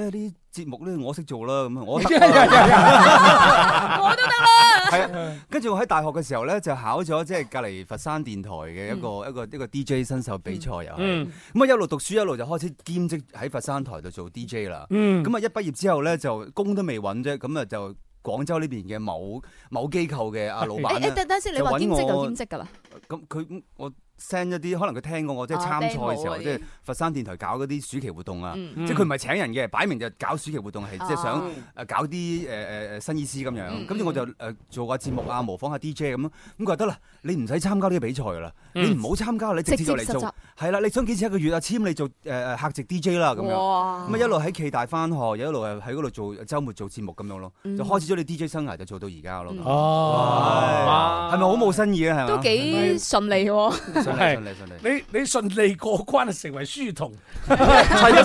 L: 啲節目咧我識做啦，咁啊我得 (laughs) 啦。
H: (laughs) 我都得啦。
L: 係啊，跟住我喺大學嘅時候咧，就考咗即係隔離佛山電台嘅一個、
H: 嗯
L: 一個一個 DJ 新手比賽又係，咁啊、
G: 嗯
L: 一路讀書一路就開始兼職喺佛山台度做 DJ 啦。
G: 嗯，
L: 咁啊、一畢業之後咧就工都未揾啫，咁啊就廣州呢邊嘅某某機構嘅阿老闆
H: 誒誒，
L: 咧，
H: 等等先，你話兼職啊就兼職噶啦，
L: 咁佢嗯我 send 一啲可能佢聽過我即係
H: 哦
L: 參賽嘅時
H: demo 嗰
L: 候，
H: 啲
L: 即係佛山電台搞嗰啲暑期活動啊。
H: 嗯。
L: 即係佢唔係請人嘅，擺明就搞暑期活動係即係想
H: 哦
L: 誒搞啲誒誒誒新意思咁
H: 嗯
L: 樣。跟住我就誒做下節目啊，模仿下 DJ 咁樣。咁覺得啦，你唔使參加呢個比賽噶啦，
G: 嗯
L: 你唔好參加，你直接就嚟
H: 直接實習
L: 做係啦。你想幾錢一個月啊？簽你做誒誒客席 DJ 啦咁樣。
H: 哇
L: 咁啊一路喺暨大翻學，又一路係喺嗰度做週末做節目咁樣咯，
H: 嗯
L: 就開始咗你 DJ 生涯就做到而家咯。
H: 嗯
L: 係
G: 哦，
L: 係咪好冇新意啊？係咪？
H: (laughs) 都幾順利喎，
L: 順利
G: 係
L: 順利順利
G: 你你順利過關，成為書童，
F: 齊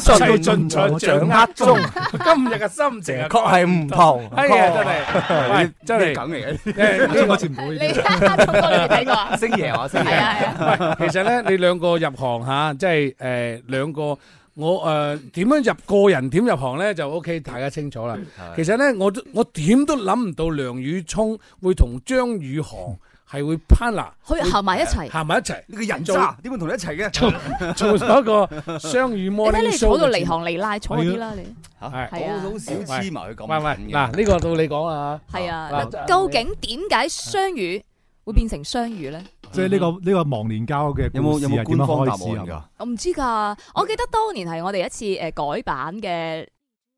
G: 齊
F: 盡
G: 盡在掌握中。今日嘅心情啊
F: 確係唔同
G: 哎呀真係，
L: 哇
G: 喂真
L: 呢
G: 係
L: 啲梗嚟
G: 誒
L: 嘅
G: 呢個
L: 我知唔會
G: 呢
L: 你
G: 個
L: 聰哥你哋睇過
G: (laughs)
L: 啊星爺啊星爺係啊
G: 喂，其實咧，你兩個入行嚇，即係誒兩個。我誒點、樣入個人點入行咧就 O、k 大家清楚啦。其實咧，我都我點都諗唔到梁宇聰會同張宇航係會 partner，
H: 去行埋一齊
G: 行埋一齊。呢
L: 個人
G: 做
L: 渣點會同你一齊嘅？
G: 做咗一個雙語
H: 你
G: morning
H: 睇
G: show
H: 你坐到離
G: 嘅節目
H: 行離拉，坐
L: 啊
H: 啲啦你。
G: 係
H: 係啊我好少
L: 黐埋佢咁
G: 喂喂，嗱呢個到你講啦嚇
H: 係啊，
G: 嗱
H: 嗱究竟點解雙語會變成雙語咧？
K: 即係呢個呢個忘年交嘅
L: 有冇
K: 故事
L: 有
K: 係
L: 冇
K: 點
L: 官方答
K: 樣開
L: 案
K: 始啊
L: 㗎？
H: 我唔知㗎，我記得當年係我哋一次誒改版嘅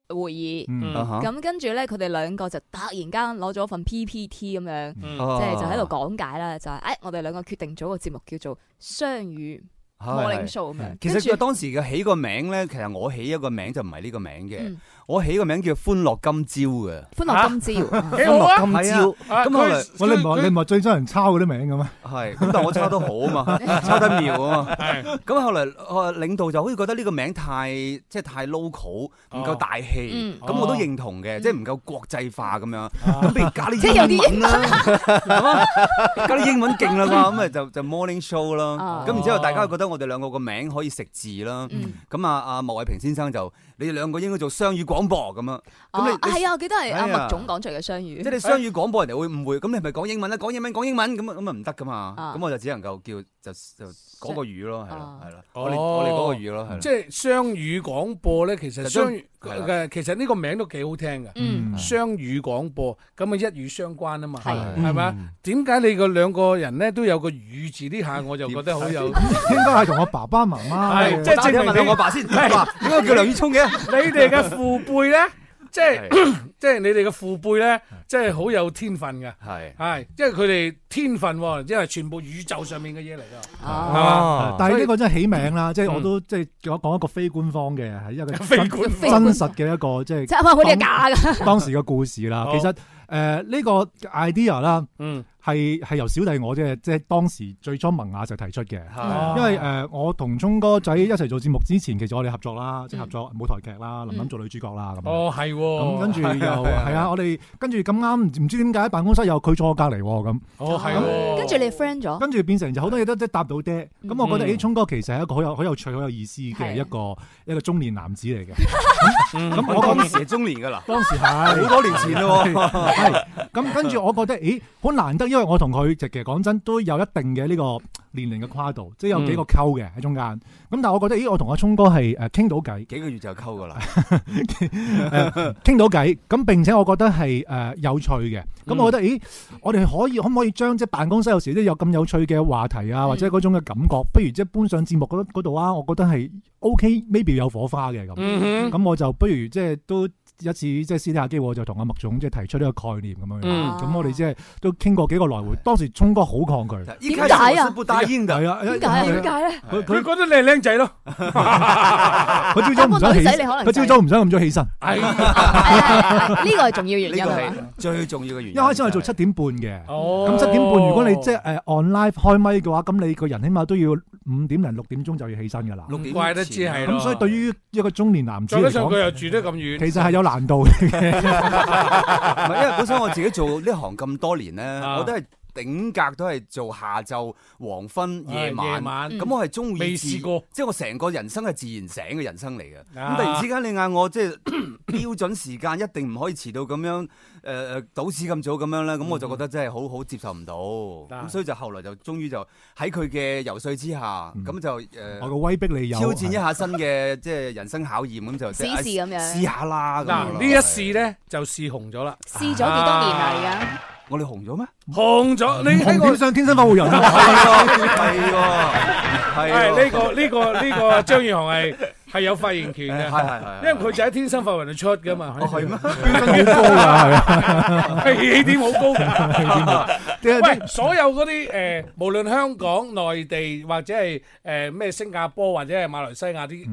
H: 會議，
L: 嗯啊哈
H: 咁跟住咧佢哋兩個就突然間攞咗份 PPT 咁樣，即
L: 嗯
H: 係就喺度講解啦，就係誒我哋兩個決定咗個節目叫做雙語
L: 係
H: Morning Show 咁樣，
L: 其
H: 跟
L: 實
H: 住
L: 佢當時嘅起個名咧，其實我起一個名就唔係呢個名嘅
H: 嗯，
L: 我起個名叫歡樂今朝嘅。
H: 歡樂今朝，
L: 幾好啊
K: 歡樂今
L: 係啊
K: 朝，
L: 咁後來
K: 我你唔
L: 佢
K: 係你唔係最憎人抄嗰啲名嘅咩？
L: 係，咁但我抄得好啊
K: (laughs)
L: 嘛，抄得妙啊嘛。咁後來我領導就好似覺得呢個名太即係太 local，唔夠大氣
H: 嗯，
L: 咁我都認同嘅，即係唔夠國際化咁樣。咁不如加
H: 即係有
L: 啲
H: 啲
L: 英文啦，
H: (laughs)
L: 係嘛？加啲英文勁啦嘛，咁咪就就 morning show 啦
H: 哦。嗯
L: 咁然之後大家覺得我哋兩個個名可以食字啦。咁啊啊莫偉平先生就你哋兩個應該做雙語廣播咁樣。咁
H: 哦
L: 你你
H: 係啊，我記得係阿
L: 係啊
H: 麥總講出嚟嘅雙語，
L: 即係你雙語廣播人哋會誤會，咁你係咪講英文咧？講英文，講英文咁啊咁啊唔得噶嘛
H: 啊，
L: 咁我就只能夠叫就就嗰個語咯，係咯係咯，
G: 哦
L: 我哋我哋嗰個語咯係咯。
G: 即係雙語廣播咧，其實
L: 就將
G: 雙語
L: 係啦
G: 嘅其實呢個名都幾好聽嘅。
L: 嗯
G: 雙語廣播咁啊一語相關啊嘛，
L: 係
G: 係咪啊？點解你個兩個人咧都有個語字呢下，我就覺得好有。
K: 應該係同我爸爸媽媽
G: 係，即係證
L: 打電
G: 明
L: 話問下
G: 你
L: 啊我爸先
G: 係
L: 爸點解叫梁宇聰
G: (laughs)
L: 嘅
G: 你哋嘅父輩咧，即係 (coughs) 即係你哋嘅父輩咧，即係好有天分嘅。
L: 係
G: 係，因為佢哋天分喎，因為全部宇宙上面嘅嘢嚟㗎。
K: 啊但係呢個真係起名啦，即係我
G: 哦嗯
K: 都即係講講一個非官方嘅，係一個
G: (laughs) 非
K: 真
G: 官
H: 方
K: 真實嘅一個即
H: (laughs)
K: 係
H: 即係話我哋係
K: 當
H: 假㗎。
K: (laughs) 當時嘅故事啦。
H: 好
K: 其實誒呢個 idea 啦，
G: 嗯，
K: 係係由小弟我即係即係當時最初萌芽就提出嘅
G: 哦
L: 係，
K: 因為誒我同聰哥仔一齊做節目之前，其實我哋合作啦，即係合作舞台劇啦，
H: 嗯
K: 林琳做女主角啦咁
G: 嗯
K: 樣。
G: 哦，係喎。
K: 咁跟住又
G: 係啊係啊
K: 係啊，我哋跟住咁啱唔唔知點解辦公室有佢坐我隔離喎咁。
G: 哦，係喎。
H: 跟住你 friend
L: (laughs)
H: 咗，
K: 跟住變成就好多嘢都即係搭到爹。咁我覺
G: 嗯
K: 得誒，聰哥其實係一個好有好有趣、好有意思嘅
H: 係
K: 一個一個中年男子
G: (laughs)
K: 嚟嘅。
L: 嗯咁
K: 咁
L: 我
K: 我
L: 當
K: 當
L: 時係中年噶啦，
K: 當時係
L: 好多年前咯喎
K: 係係咁跟住我覺得，咦，好難得，因為我同佢其實講真都有一定嘅呢個年齡嘅跨度，即係有幾
G: 嗯
K: 個溝嘅喺中間。咁但係我覺得，咦，我同阿聰哥係誒傾到偈，
L: 幾個月就溝噶啦，
K: (laughs) 誒呃傾到偈，咁並且我覺得係誒、呃有趣嘅。咁
H: 嗯
K: 我覺得，咦，我哋可以可唔可以將即係辦公室有時都有咁有趣嘅話題
H: 嗯
K: 啊，或者嗰種嘅感覺，不如即係搬上節目嗰嗰度啊？我覺得係 OK，maybe 有火花嘅咁。
G: 嗯哼
K: 咁我就不如即係都一次即係私底下機會，我就同阿麥總即係提出呢個概念咁樣樣。
G: 嗯
K: 咁我哋即係都傾過幾個
H: (laughs)
K: 來回，當時聰哥好抗拒。
L: 一
H: 點解
L: 開始
H: 啊
L: 我是不答應的，
K: 係啊，
H: 點解啊？
K: 因為
H: 點解咧？
K: 佢
G: 佢
K: 佢
G: 覺得你係靚仔咯。
H: (laughs)
K: 佢朝早唔想
H: 一個女
K: 起，
H: 仔你可能
K: 佢朝早唔想咁早起身。
G: 哎呀
H: 係係係哎係呢個係重要原
L: 呢
H: 因
L: 個
H: 啊嘛。
L: 係最重要嘅原因。
K: 一開始我係做七點半嘅。
G: 哦。
K: 咁七點半，如果你即係誒 on live 開咪嘅話，咁你個人起碼都要五點零六點鐘就要起身㗎啦。
L: 六點
G: 怪得知係咯
K: 咁所以對於一個中年男子
G: 再
K: 嚟
G: 加上佢
K: 講，
G: 又住得咁遠，
K: 其實係有難
G: (laughs)
L: (laughs)
K: 度嘅。
L: 唔係因為本身我自己做呢行咁多年咧，
G: 啊
L: 我都係。頂格都係做下晝、黃昏、
G: 啊
L: 夜
G: 夜
L: 晚，
G: 晚嗯
L: 咁我係中意
G: 未
L: 自
G: 試過，
L: 即係我成個人生係自然醒嘅人生嚟嘅。
G: 啊
L: 咁突然之間你嗌我即係 (coughs) 標準時間一定唔可以遲到咁樣，誒誒倒屎咁早咁樣咧，
G: 嗯
L: 咁我就覺得真係好好接受唔到。
G: 啊
L: 咁所以就後來就終於就喺佢嘅游說之下，咁就呃
K: 我
L: 誒
K: 個威逼你有
L: 挑戰一下新嘅即係人生考驗，咁就即係哎
H: 試試咁樣
L: 試下啦。咁樣
G: 嗱
L: 咯
G: 呢一試咧就試紅咗啦，
H: 試咗幾多年啊
G: 啊
H: 啦？而
L: 我哋紅咗咩？
G: 紅咗你
K: 紅
G: 呢個
K: 點上天生發護人
L: 係喎，係喎，
K: 啊！
G: 係呢
L: 係
G: 個呢個呢個張宇航係係有發言權
L: 係
G: 嘅，
L: 係係，
G: 因為佢就喺天生發圍度出噶嘛，
L: 哦係咩？
K: 好高啊，係啊！
G: 係起點好高㗎。
K: 即係
G: 喂，Ờ. 所有嗰啲誒，無論香港、內地或者係誒咩新加坡或者係馬來西亞啲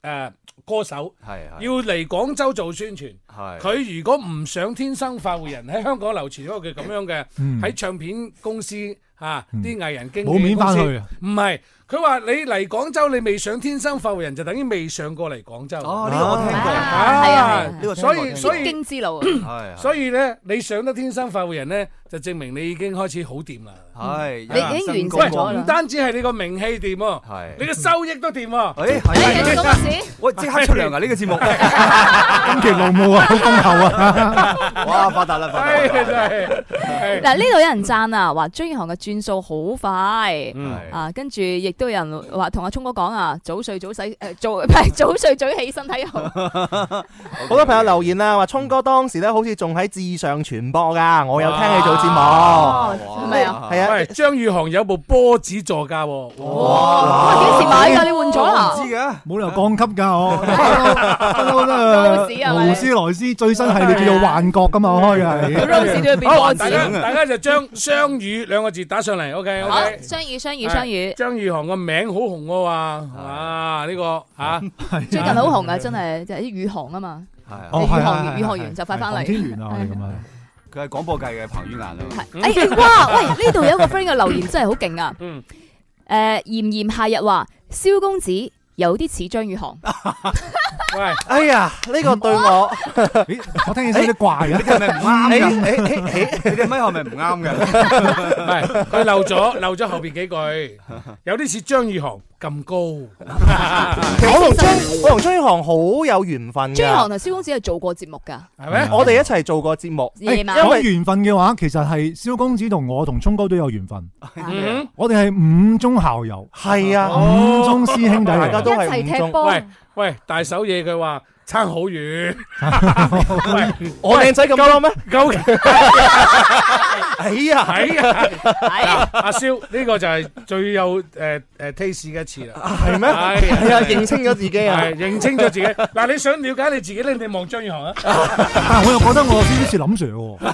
G: 誒歌手，
L: 係
G: 要嚟廣州做宣傳。
L: 係
G: 佢如果唔想天生發匯人喺香港流傳咗佢咁樣嘅
L: 嗯
G: 喺唱片公司啊啲藝人經紀
K: 冇面
G: 公司
K: 返去啊
G: 唔係佢話你嚟廣州你未上天生發匯人就等於未上過嚟廣州。哦，
L: 呢個我聽過
G: 啊
L: 係啊係啊呢個聽過
G: 所以
L: 聽過
G: 所以
H: 必經之
L: (coughs)
H: 路啊
L: 係係
G: 嗯所以咧你上得天生發匯人咧就證明你已經開始好掂啦。
L: 係
G: 你已
L: 有人
G: 經
L: 生
G: 完成
L: 功
G: 咗啦。唔單止係你個名氣掂喎，你個收益都掂喎。
L: 誒係你講乜事喂即刻出糧啊呢個節目
K: (laughs) 今期勞務啊，好公後啊！
H: (laughs)
L: 哇，發達啦，發
G: 達啦！哎
H: 嗱呢度有人讚啊，話張宇航嘅轉數好快
L: 嗯，
H: 啊，跟住亦都有人話同阿聰哥講啊，早睡早洗，誒早 (laughs) 唔係早睡早起，身體
F: (laughs)
H: 好。哦
F: 好多朋友留言啦，話聰哥當時咧好似仲喺至上傳播㗎，我有聽你做節目，
G: 係
H: 咪啊？
F: 係啊
G: 喂，張宇航有部波子座駕喎。
K: 哇
H: 幾時買㗎你換咗啦
L: 唔知嘅，
K: 冇理由降級㗎
L: (laughs)
K: 我。不嬲都
G: 士
K: 係
G: 啊
K: 勞斯萊斯最新系列叫做幻覺㗎嘛，
L: 哦
K: 我開
L: 啊
K: 嘅係。
G: 好，大家大家就將雙語兩個字打上嚟，OK
H: 好
G: OK，。
H: 相遇相遇相遇，
G: 張宇航個名好紅喎話，啊呢個嚇
H: 最近好紅啊，真係就係啲宇航啊嘛，
L: 哦
H: 宇航
L: 係係
H: 完
L: 係
H: 宇航完就快翻嚟。
K: 啊
L: 佢係廣播界嘅彭于晏啊嘛。
H: 哎哇！喂，呢度有一個 friend 嘅留言真係好勁啊！
G: (laughs) 嗯，
H: 誒炎炎夏日話，蕭公子有啲似張宇
F: (laughs)
H: 航。
G: 喂，
F: 哎呀，呢個對我，
K: 我聽起身有啲怪啊，你
L: 係咪唔
F: 啱
L: 你哋咪係咪唔啱
G: (laughs)
L: 嘅？
G: 唔係佢漏咗漏咗後邊幾句，有啲似張宇航咁高。À.
F: 其實我同張我同張宇航好有緣分㗎。
H: 張宇航同蕭公子係做過節目㗎。
G: 係
F: 咩？我哋一齊做過節目，
H: 夜晚
K: 講緣分嘅話，其實係蕭公子同我同聰哥都有緣分。
H: 嗯
K: 我哋係五中校友，
F: 係啊
K: 五中師兄弟嚟，
G: 大家都
F: 係
G: 五中喂喂，大手嘢佢話差好遠。喂
F: 我靚仔咁多咩？
G: 究竟？
F: 哎呀，
G: 哎呀，嗱阿蕭呢個就係最有誒誒 taste 嘅一次啦，
F: 係咩係啊認清咗自己啊
G: 係認清咗自己。嗱，你想了解你自己咧，你望張宇航啊，
K: 但係我又覺得我先似林 Sir 喎，
H: 誒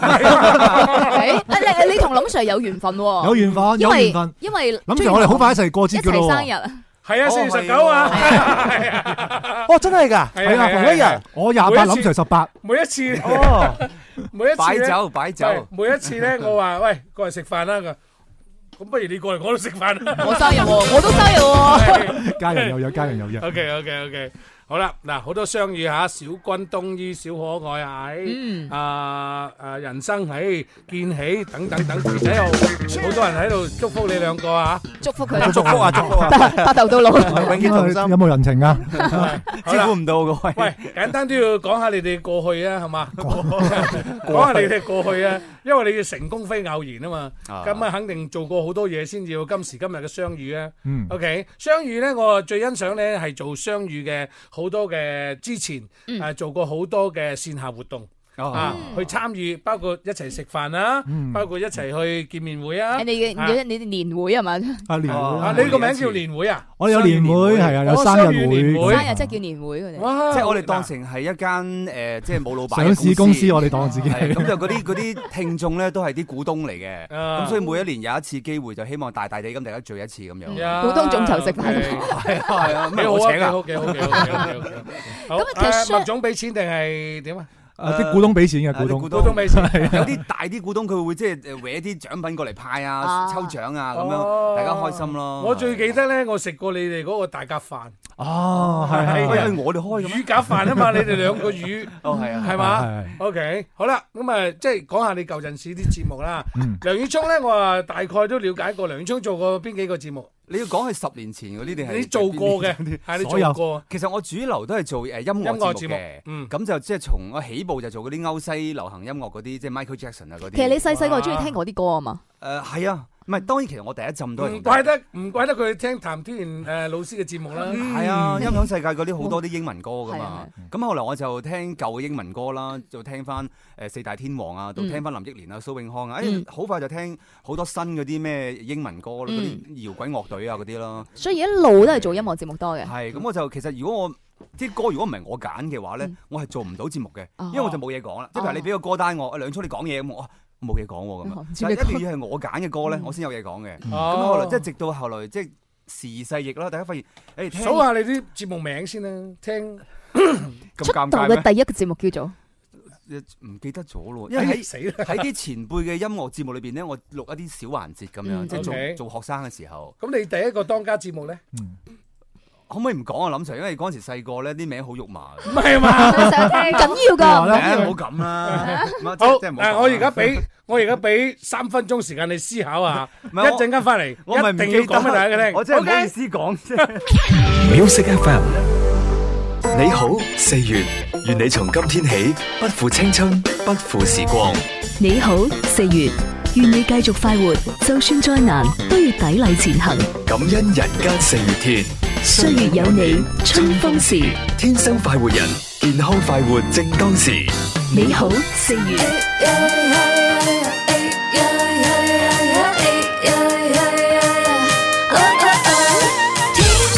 H: 哎你你同林 Sir 有緣分喎，
K: 有緣分
H: 因
K: 有
H: 為
K: 緣分
H: 因為
K: 林 Sir，我哋好快一齊過節㗎
H: 一齊
K: 咯
H: 生
K: 喎。
H: 日啊，
G: 係啊，四月十九啊，
F: 哦，真係㗎，
G: 係啊
K: 係啊，
G: 係啊
K: 同一
G: 係啊
K: 日，我廿八，
G: 每一次
K: 林 Sir 十八。
G: 每一次
F: 哦，
G: (laughs) 每一次咧
L: 擺酒擺酒
G: 喂每一次
K: (laughs)
G: 咧，我話喂過嚟食飯啦，佢咁不如你過嚟我度食飯啦，
H: (laughs) 我生日喎，我都生日
G: (laughs)
H: 喎。
K: 家人有約，家人有約。
G: OK OK OK，好啦，嗱好多相遇嚇，小軍東醫、小可愛喺啊啊人生喺見起等等等，而
H: (laughs)
G: 且有好多人喺度祝福你兩個啊！
H: 祝
G: (laughs)
H: 福
G: 佢
F: 祝福啊，祝
H: (laughs)
F: 福啊，
H: 白頭
G: (laughs)
H: 到老，
F: 永遠同心。
K: 有冇人情啊？
G: 好啦，
L: 唔到個
G: 喂，簡單都要講下你哋過去啊，係嘛？ (laughs) 講下你哋過去啊，因為你哋成功非偶然啊嘛，
L: 啊
G: 咁啊肯定做過好多嘢先至有今時今日嘅相遇啊。
K: 嗯
G: OK，雙語咧，我最欣賞咧係做雙語嘅好多嘅之前，誒、做過好多嘅線下活動。
L: 哦
G: 啊！去參與，包括一齊食飯啦，
K: 嗯
G: 包括一齊去見面會啊。
H: 你哋
G: 啊
H: 嘅你哋年會係嘛？
K: 啊，年會
G: 啊
K: 啊，
G: 你個名叫年會啊？
K: 我哋有年會，係啊，有
G: 哦
K: 生
G: 雙語
K: 日
G: 年
K: 會
G: 會。
H: 生日即係叫年會佢哋。
G: 哇
L: 即係我哋當成係一間誒，即係冇老闆嘅
K: 上市公司，我哋當自己
L: 係咁就嗰啲 (laughs) 嗰啲聽眾咧，都係啲股東嚟嘅，
G: 啊
L: 咁所以每一年有一次機會，就希望大大地咁大家聚一次咁樣。
G: 呀
H: 股東眾籌食飯
G: OK
L: 係啊係啊，
G: (laughs) 幾
L: 咩
G: 好
L: 我
G: 啊！
L: 請
G: 幾
L: 啊？
G: 好幾好幾好幾好幾好。咁
H: 咁其實
G: 啊，
H: 相
G: 麥總俾錢定係點啊？
K: 啊，啲股東俾錢嘅
L: 啊啲
K: 股
L: 股
K: 東，
L: 東
G: 俾 (laughs) 錢。
L: 有啲大啲股東佢會即係誒搲啲獎品過嚟派啊，
H: 啊
L: 抽獎啊咁
G: 哦
L: 樣，大家開心咯。
G: 我最記得咧，我食過你哋嗰個大夾飯，
K: 哦，係係
L: 喂
K: 係
L: 係我哋開嘅咩
G: 魚夾飯
L: (laughs)
G: 啊嘛，你哋兩個魚。
L: 哦係啊，
G: 係嘛？OK，好啦，咁啊，即係講下你舊陣時啲節目啦。
K: 嗯
G: 梁宇聰咧，我啊大概都了解過梁宇聰做過邊幾個節目，
L: 你要講係十年前嗰啲定係
G: 你做過嘅，係你
K: 所
G: 做
K: 有
G: 過。
L: 其實我主流都係做誒音樂節目嘅，
G: 嗯
L: 咁就即係從我起步就做嗰啲歐西流行音樂嗰啲，即係 Michael Jackson 啊嗰啲。
H: 其實你細細個中意聽嗰啲歌啊嘛？
L: 誒係啊，唔係當然其實我第一浸都係
G: 唔
L: 同
G: 怪得唔怪得佢聽譚天然誒老師嘅節目啦。嗯
L: 係啊，音響世界嗰啲好多啲英文歌噶
H: 係
L: 嘛
H: 啊。
L: 咁後來我就聽舊嘅英文歌啦，就聽翻誒四大天王啊，到聽翻林憶蓮啊、蘇永康啊，誒
H: 嗯
L: 好快就聽好多新嗰啲咩英文歌啦，嗰
H: 嗯
L: 啲搖滾樂隊啊嗰啲啦。
H: 所以一路都係做音樂節目多嘅。
L: 係，咁我就其實如果我啲歌如果唔係我揀嘅話咧，
H: 嗯
L: 我係做唔到節目嘅，
H: 哦
L: 因為我就冇嘢講啦。即係譬如你俾個歌單我，啊梁聰你講嘢咁，我啊冇嘢講喎咁
H: 哦
L: 啊
H: 唔。知
L: 但
H: 咩嗯
L: 係一定要係我揀嘅歌咧，我先有嘢講嘅。咁
G: 哦
L: 後來即係直到後來即係時勢逆啦，大家發現誒聽
G: 數下你啲節目名先啦，聽
L: (coughs) 咁
H: 出道
L: 尷尬咩
H: 嘅第一個節目叫做
L: 唔記得咗咯，
H: 因
L: 因
H: 為
L: 為
H: 死啦
L: 喺喺啲前輩嘅音樂節目裏邊咧，我錄一啲小環節咁樣，
G: 嗯
L: 即
G: OK
L: 係做做學生嘅時候，
G: 咁你第一個當家節目咧？
L: 可唔可以唔講啊？林 Sir，因為嗰陣時細個咧，啲名好肉麻。
G: 唔係
H: (laughs)
G: 嘛唔緊要㗎
L: 唔
G: 唔緊要
L: 好咁
G: Dạ.
L: 啦。唔係即
G: 好，
L: 即係唔好
G: 嗱，
L: 講
G: 我而家俾我而家俾三分鐘時間你思考下，一
L: 係我
G: 陣間翻嚟，
L: 我咪
G: 一
L: 唔
G: 定要
L: 記得
G: 講俾大家聽。
L: 我真係唔好
G: OK？
L: 意思講啫。
C: Music FM，你好，四月，願你從今天起不負青春，不負時光。
D: 你好，四月，願你繼續快活，就算再難都要砥砺前行。
C: 感恩人間四月天，
D: 歲月有你，春風時。
C: 天生快活人，健康快活正當時。
D: 你好，四月。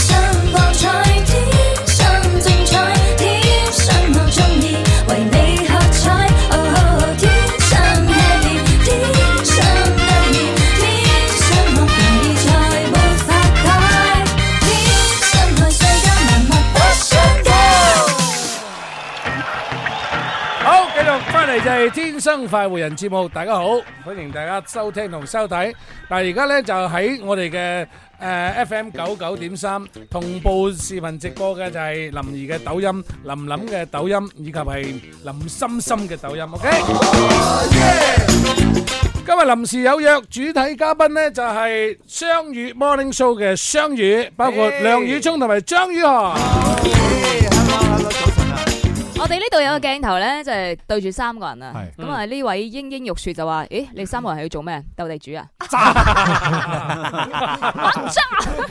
J: 天生博彩，天生精彩，天生我中意，為你喝彩。哦，天生 happy，天生得意，天生我容易才沒法改，天生愛世間萬物不相及。
G: 好，繼續翻嚟就係《天生快活人》節目，大家好，歡迎大家收聽同收睇。嗱，而家咧就喺我哋嘅誒 FM 九九點三同步視頻直播嘅就係林兒嘅抖音、林林嘅抖音以及係林心心嘅抖音，OK？今日臨時有約，主題嘉賓咧就係雙語 Morning Show 嘅雙語，包括梁宇聰同埋張宇航。
H: 我哋呢度有個鏡頭咧，就係對住三個人啊。咁啊，呢位英英玉雪就
F: (laughs)
H: 話：，咦，你三個人係要做咩？鬥地
K: (laughs)
H: 主啊？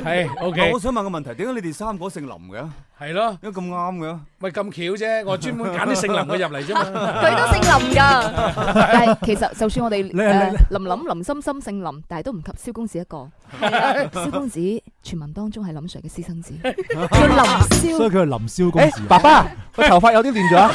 G: 係，OK
L: 我想問個問題，點解你哋三個姓林嘅？
G: 係咯，
L: 因為咁啱嘅。
G: 咪咁巧啫，我專門揀啲姓林嘅入嚟啫嘛。
H: 佢 (laughs) 都姓
K: (laughs)
H: 林㗎，但係其實就算我哋
G: 你
H: 呃
G: 你
H: 林林林心心姓林，但係都唔及蕭公子一
K: (laughs)
H: 個。蕭公子傳聞當中係林 Sir 嘅私生子，叫林蕭。
K: (laughs) 所以佢係林蕭公子。啊
F: 哎爸
K: (laughs)
F: 爸，個頭髮有啲亂咗啊。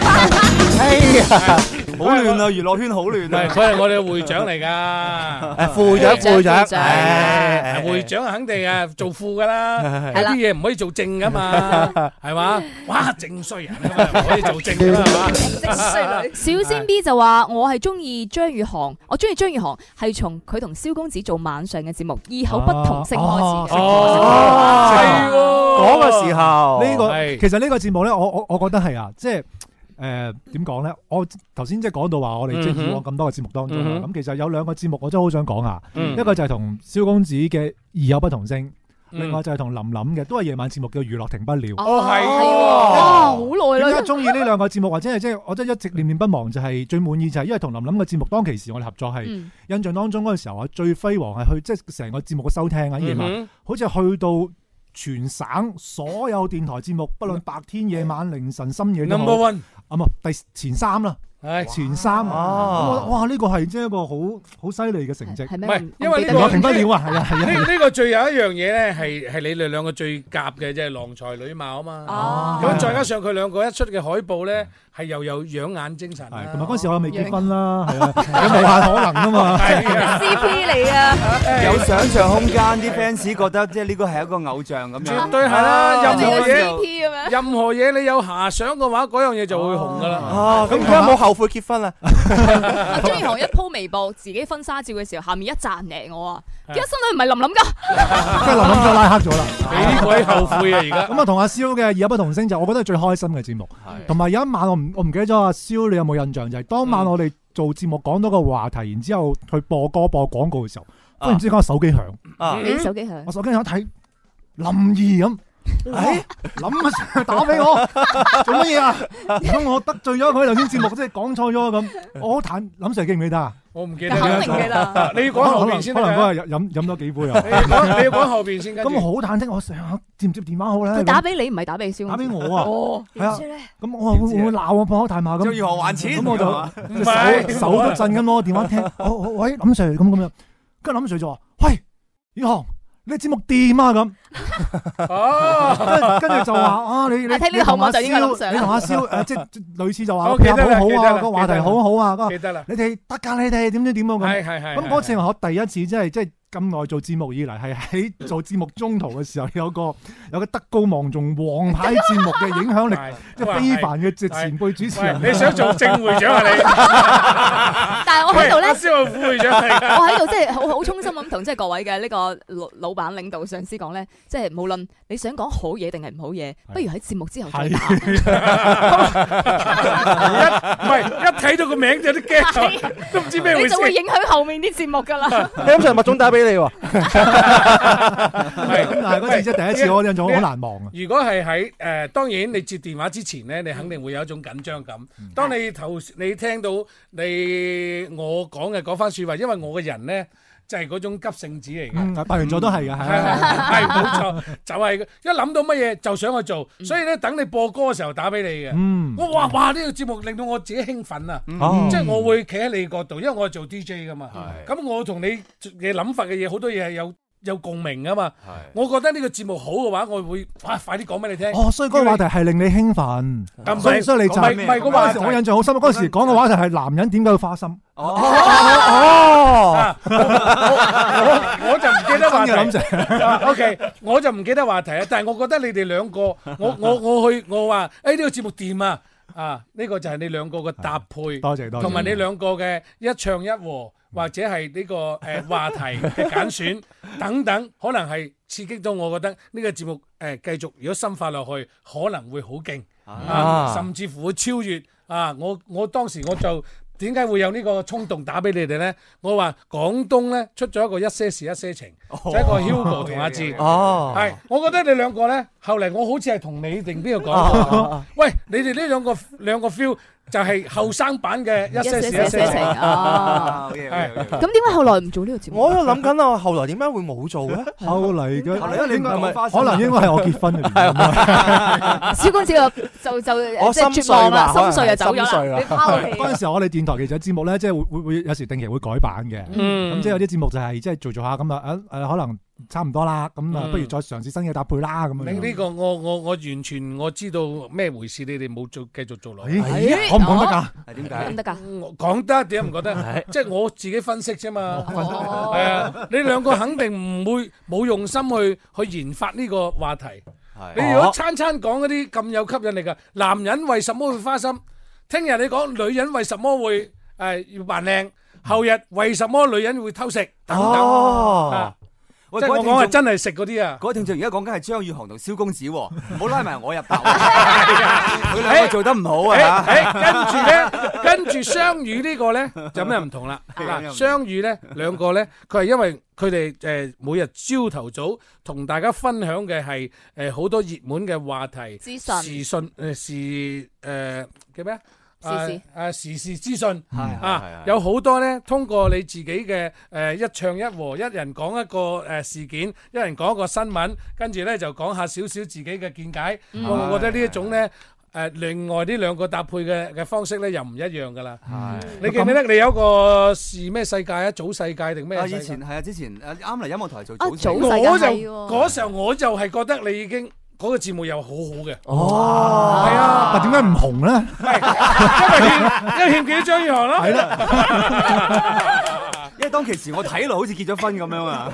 F: 哎呀，
L: 好亂啊！娛樂圈好亂
G: 啊！佢係我哋嘅會長嚟㗎，
F: 誒副長副長
G: 係
F: 誒
G: 會長肯定係做副㗎啦，
F: 係
G: 有啲嘢唔可以做正㗎嘛，係嘛？哇，正衰人啊嘛，唔可以做正㗎啦，係嘛？ (laughs)
H: 小仙 B 就話：我係中意張宇航，我中意張宇航係從佢同蕭公子做晚上嘅節目，異口不同聲開始。
K: 哦，
G: 係
F: 喎嗰個時候
K: 呢個
F: 係
K: 其實呢個節目咧，我我我覺得係啊，即係。誒點講咧？我頭先即係講到話，我哋即係以往咁多嘅節目當中
G: 嗯
K: 啦，
G: 哼
K: 咁其實有兩個節目我真係好想講下，
G: 嗯
K: 一個就係同蕭公子嘅異有不同聲，
G: 嗯
K: 另外就係同林林嘅，都係夜晚節目叫娛樂停不了。
G: 哦係喎
H: 哇，好耐
K: 點解
H: 啦。
K: 中意呢兩個節目，或者係即係我真係一直念念不忘，就係最滿意就係因為同林林嘅節目當其時我哋合作係
G: 嗯
K: 印象當中嗰陣時候啊，最輝煌係去即係成個節目嘅收聽啊，夜
G: 嗯
K: 晚好似去到。全省所有電台節目，不論白天、夜晚、凌晨、深夜都好
G: 嗯 Number one
K: 啊，唔係第前三啦，前三啊，哇！呢個係即係一個好好犀利嘅成績，
G: 唔係，因為呢
K: 我
G: 個
K: 停不了 (laughs) 啊，係啊，係啊，
G: 呢呢個最有一樣嘢咧，係係你哋兩個最夾嘅，即係郎才女貌啊嘛。咁再加上佢兩個一出嘅海報咧，係又有養眼精神啊啦。
K: 同埋嗰陣時我未結婚啦，係
G: (laughs)
K: 啊，有無限可能啊嘛。
H: CP 嚟啊！
M: ờ,
L: 有想象空間，啲 fans 覺得即係呢個係一個偶像咁樣。
G: 絕對係
L: 哦
G: 啦，任何
L: 嘢。
G: 嘢，任何嘢你有遐想嘅話，嗰樣嘢就會紅噶啦。
F: 啊，咁而家冇後悔結婚啦。
H: 張啊宇航一鋪微博自己婚紗照嘅時候，下面一贊贏我啊，而家心裏唔係林林㗎。
K: 即係林林就拉黑咗啦，
G: 俾鬼後悔啊
J: à,
G: 而家
K: 咁啊，同阿蕭嘅異口不同聲就，我覺得係最開心嘅節目。同埋有一晚我唔我唔記得咗阿蕭，你有冇印象？就係當
G: 嗯
K: 晚我哋做節目講到個話題，然之後去播歌播廣告嘅時候，忽然之間我手機響，
H: 啊你手機響
K: 我手機響一睇林怡咁。哎，諗啊，成日打俾我，做乜嘢啊？咁我得罪咗佢頭先節目，即係講錯咗咁。我好坦，林 Sir 記唔記得啊？
G: 我唔記得
K: 肯
G: 啦
K: 定記得，
G: 你要講後邊先得
K: 可
G: 㗎
K: 能可能嗰日飲飲多幾杯啊。
G: 你要講你要講後邊先跟住
K: 咁我好忐忑，我成日接唔接電話好咧？
H: 佢打俾你唔係打俾蕭，
K: 打俾我啊
H: 哦，
K: 係啊
H: 點知咧？
K: 咁我話會會唔會鬧我破口大罵咁？
L: 張宇航還錢
K: 咁我
L: 係嘛
K: 就手手不
L: (laughs)
K: 震咁咯，電話聽，我我喂林 Sir 咁咁樣，跟住林 Sir 就話：喂，宇航，你節目掂啊咁。
G: 哦
K: 跟住就話啊，你你
G: 啊聽呢個
K: 你同
G: 口
K: 阿
G: 吻就應該諗
K: 蕭，
G: 上
K: 你同阿蕭誒，即係類似就話
G: 我
K: 個
G: 記
K: 配
G: 得啦
K: 合好好
G: 記得
K: 啊，
G: 啦
K: 個話題好好啊，
G: 記得啦
K: 你哋得㗎，你哋點點點啊咁。
G: 係係係
K: 咁嗰次係我第一次即係即係咁耐做節目以嚟，係喺做節目中途嘅時候有個有個德高望重王牌節目嘅影響力，即係非凡嘅前輩主持人。
G: 喂你想做正會長啊你？
H: (laughs) 但係我喺度咧，
G: 喂蕭浩虎會
H: (laughs)
G: 長嚟㗎
H: 我喺度即係好好衷心咁同即係各位嘅呢個呃老老闆、領導、上司講咧，即係無論你想講好嘢定係唔好嘢，不如喺節目之後再打。
G: 唔係 (laughs) 一睇到個名就有啲驚，啊都唔知咩回
H: 你
G: 事
H: 就。會影響後面啲節目
G: (laughs)
H: 㗎啦。
F: 咁就麥總打俾你喎，
K: (laughs)
G: 係
K: 咁但係嗰次即係第一次，我印象好難忘啊！
G: 如果係喺誒，當然你接電話之前咧，你肯定會有一種緊張感。當你頭你聽到你我講嘅嗰番説話，因為我嘅人咧就係嗰種急性子嚟嘅。
K: 嗯，白羊座都係嘅，係
G: 係
K: 啊
G: 係冇
K: (laughs)
G: 錯， (laughs) 就係一諗到乜嘢就想去做，所以咧等你播歌嘅時候打俾你
K: 嗯
G: 嘅。我哇哇呢個節目令到我自己興奮啊！
K: 哦
G: 即係我會企喺你角度，因為我係做 DJ 噶嘛。咁我同你嘅諗法嘅嘢好多嘢係有有共鳴噶嘛。我覺得呢個節目好嘅話，我會哇快啲講俾你聽。
K: (laughs) 哦，所以嗰個話題係令你興奮，
G: 唔
K: 所以
G: 係
K: 所以你就
G: 唔係唔係嗰個話題
K: 我印象好深，嗰陣時講嘅話題係男人點解要花心。 (laughs)
G: 哦，我我就唔記得話題。
K: 真嘅諗
G: O K，我就唔記得話題啊。但係我覺得你哋兩個，我我我去我話，誒呢個節目掂啊！啊，呢個就係你兩個嘅搭配，
K: 多謝多謝
G: 同埋你兩個嘅一唱一和，或者係呢個誒話題嘅揀選等等，可能係刺激到我覺得呢個節目誒繼續如果深化落去，可能會好勁啊，甚至乎會超越啊！我我當時我就。點解會有呢個衝動打俾你哋呢？我話廣東呢，出咗一個一些事一些情，就一個 Hugo 同阿志。
F: 哦
G: 係，我覺得你兩個呢，後嚟我好似係同你定邊個講過
F: 哦？
G: 喂，你哋呢兩個兩個 feel 就係後生版嘅一些事一些
H: 一些事一些
G: 情
H: 情哦
G: 係
H: 咁點解後來唔做呢個節目？
F: 我喺度諗緊啊，後來點解會冇做咧？
K: 後嚟嘅
F: 後嚟應該講花生
K: 可
F: 啦
K: 能應該係我結婚嘅原因。
H: 小公子就就就
F: 我
H: 即係
F: 心
H: 絕望
F: 碎
H: 啦，
F: 吧
H: 心碎就走
F: 心
H: 咗
F: 碎啊
H: 啦，你
F: 啦
H: 拋棄。
K: 啊 (laughs) 嗰陣時候，我哋電台其實節目咧，即係會會會有時定期會改版嘅。
G: 嗯
K: 咁即係有啲節目就係即係做做下咁啊，誒誒可能差唔多啦，咁啊
G: 嗯
K: 不如再嘗試新嘅搭配啦咁樣。
G: 你呢個我我我完全我知道咩回事，你哋冇做繼續做落去。
K: 咦咦可唔講得㗎？
L: 點
H: 得唔得㗎？
G: 我講得點解唔覺得？即係我自己分析啫嘛。
H: 哦
G: 係啊，你兩個肯定唔會冇用心去去研發呢個話題。你如果餐餐講嗰啲咁有吸引力嘅，男人為什麼會花心？聽日你講女人為什麼會誒要扮靚？後日為什麼女人會偷食？等等啊
L: À.
F: 哦，
G: 即係我講係真係食嗰啲啊！
L: 嗰個聽眾而家講緊係張宇航同蕭公子喎，唔好拉埋我入頭。佢兩個做得唔好啊！
G: 誒，誒，跟住咧，跟住雙語呢個咧就咩唔同
L: (laughs)
G: 啦。嗱，雙語咧兩個咧，佢係因為佢哋誒每日朝頭早同大家分享嘅係誒好多熱門嘅話題、
H: 資訊
G: 時訊誒時誒叫咩啊？
H: 時事
G: 啊啊時事資訊
L: 係
G: 啊，有好多咧，通過你自己嘅誒一唱一和，一人講一個誒事件，一人講一個新聞，跟住咧就講下少少自己嘅見解。我我覺得呢一種咧。誒，另外呢兩個搭配嘅嘅方式咧又唔一樣噶啦。你記唔記得你有個是咩世界啊？早世界定咩
L: 啊，
G: 世
L: 以
G: 界
L: 前？係啊，之前誒啱嚟音樂台做
H: 啊
L: 組成
H: 早世界
G: 我就
H: 係喎
G: 嗰時候我就係覺得你已經嗰個節目又好好嘅，
K: 哦，
G: 係啊，
K: 但點解唔紅咧？
G: (laughs) 因為欠因為欠啊幾張宇航咯。係啦，
L: (laughs) 因為當其時我睇落好似結咗婚咁樣啊。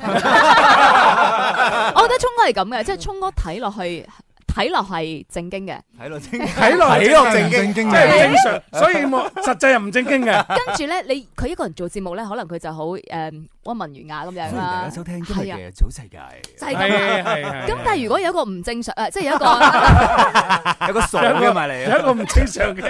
H: 我覺得聰哥係咁嘅，即係聰哥睇落去睇落係正經嘅，
L: 睇落
G: 睇落
F: 睇落正經
G: 即係正常，所以
H: (laughs)
G: 我實際又唔正經嘅。 (laughs)
H: 跟住咧你佢一個人做節目咧，可能佢就好誒温文儒雅咁樣
L: 歡迎大
H: 啦，
L: 家收聽今日
H: 係啊，
L: 嘅早世界，
H: 就係咁啦。
G: 係係係。
H: 咁但係如果有一個唔正常誒，即係有一個
L: (laughs)
H: (laughs)
L: 有個傻
G: 有一個
L: 嘅埋嚟
G: 有一
L: 啊！
G: 個唔正常嘅，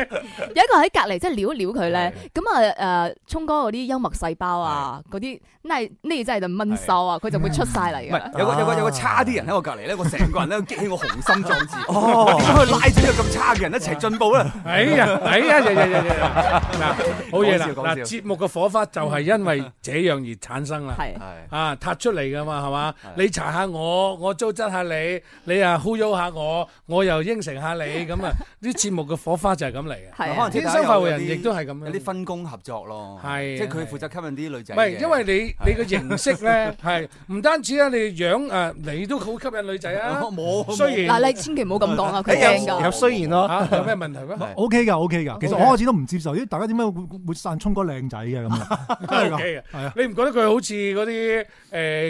H: 有一個喺隔離即係撩一撩佢咧，咁啊誒聰哥嗰啲幽默細胞啊，嗰啲那呢真係就悶騷啊，佢就會出晒嚟
L: 唔
H: 嘅。
L: 係有個有個有個差啲人喺我隔離咧，我成個人咧激起我雄心壯志。哦，點解去拉住呢個咁差嘅人一齊進步咧？
G: 哎呀，哎呀，呀呀呀呀呀！嗱，好嘢啦，
L: 講笑講
G: 嗱，
L: 笑
G: 節目嘅火花就係因為這樣而產生啦。
H: 係
L: 係
G: 啊，塌出嚟噶嘛，係嘛？你查下我，我糟質下你，你啊忽悠下我，我又應承下你，咁啊，啲節目嘅火花就係咁嚟嘅。
H: 係啊
L: 可能
G: 天生快活人亦都係咁樣
L: 有啲分工合作咯，
G: 係啊
L: 即係佢負責吸引啲女仔
G: 唔
L: 嘅。
G: 係，因為你你個形式咧係唔單止啊，你樣誒，你都好吸引女仔啊。
L: 我冇
G: 雖然
H: 嗱，你千祈唔好咁講啊，佢
F: 誒
H: 驚
F: 有
H: 㗎
F: 有。雖然咯，
G: 嚇有咩問題咩？
K: O K 噶，O K 噶。其實
G: OK (laughs)
K: 我開始都唔接受，咦？大家點解會會會散聰哥靚仔嘅咁啊？真係
G: OK 嘅
K: 㗎，係啊。
G: 你唔覺得佢好好似嗰啲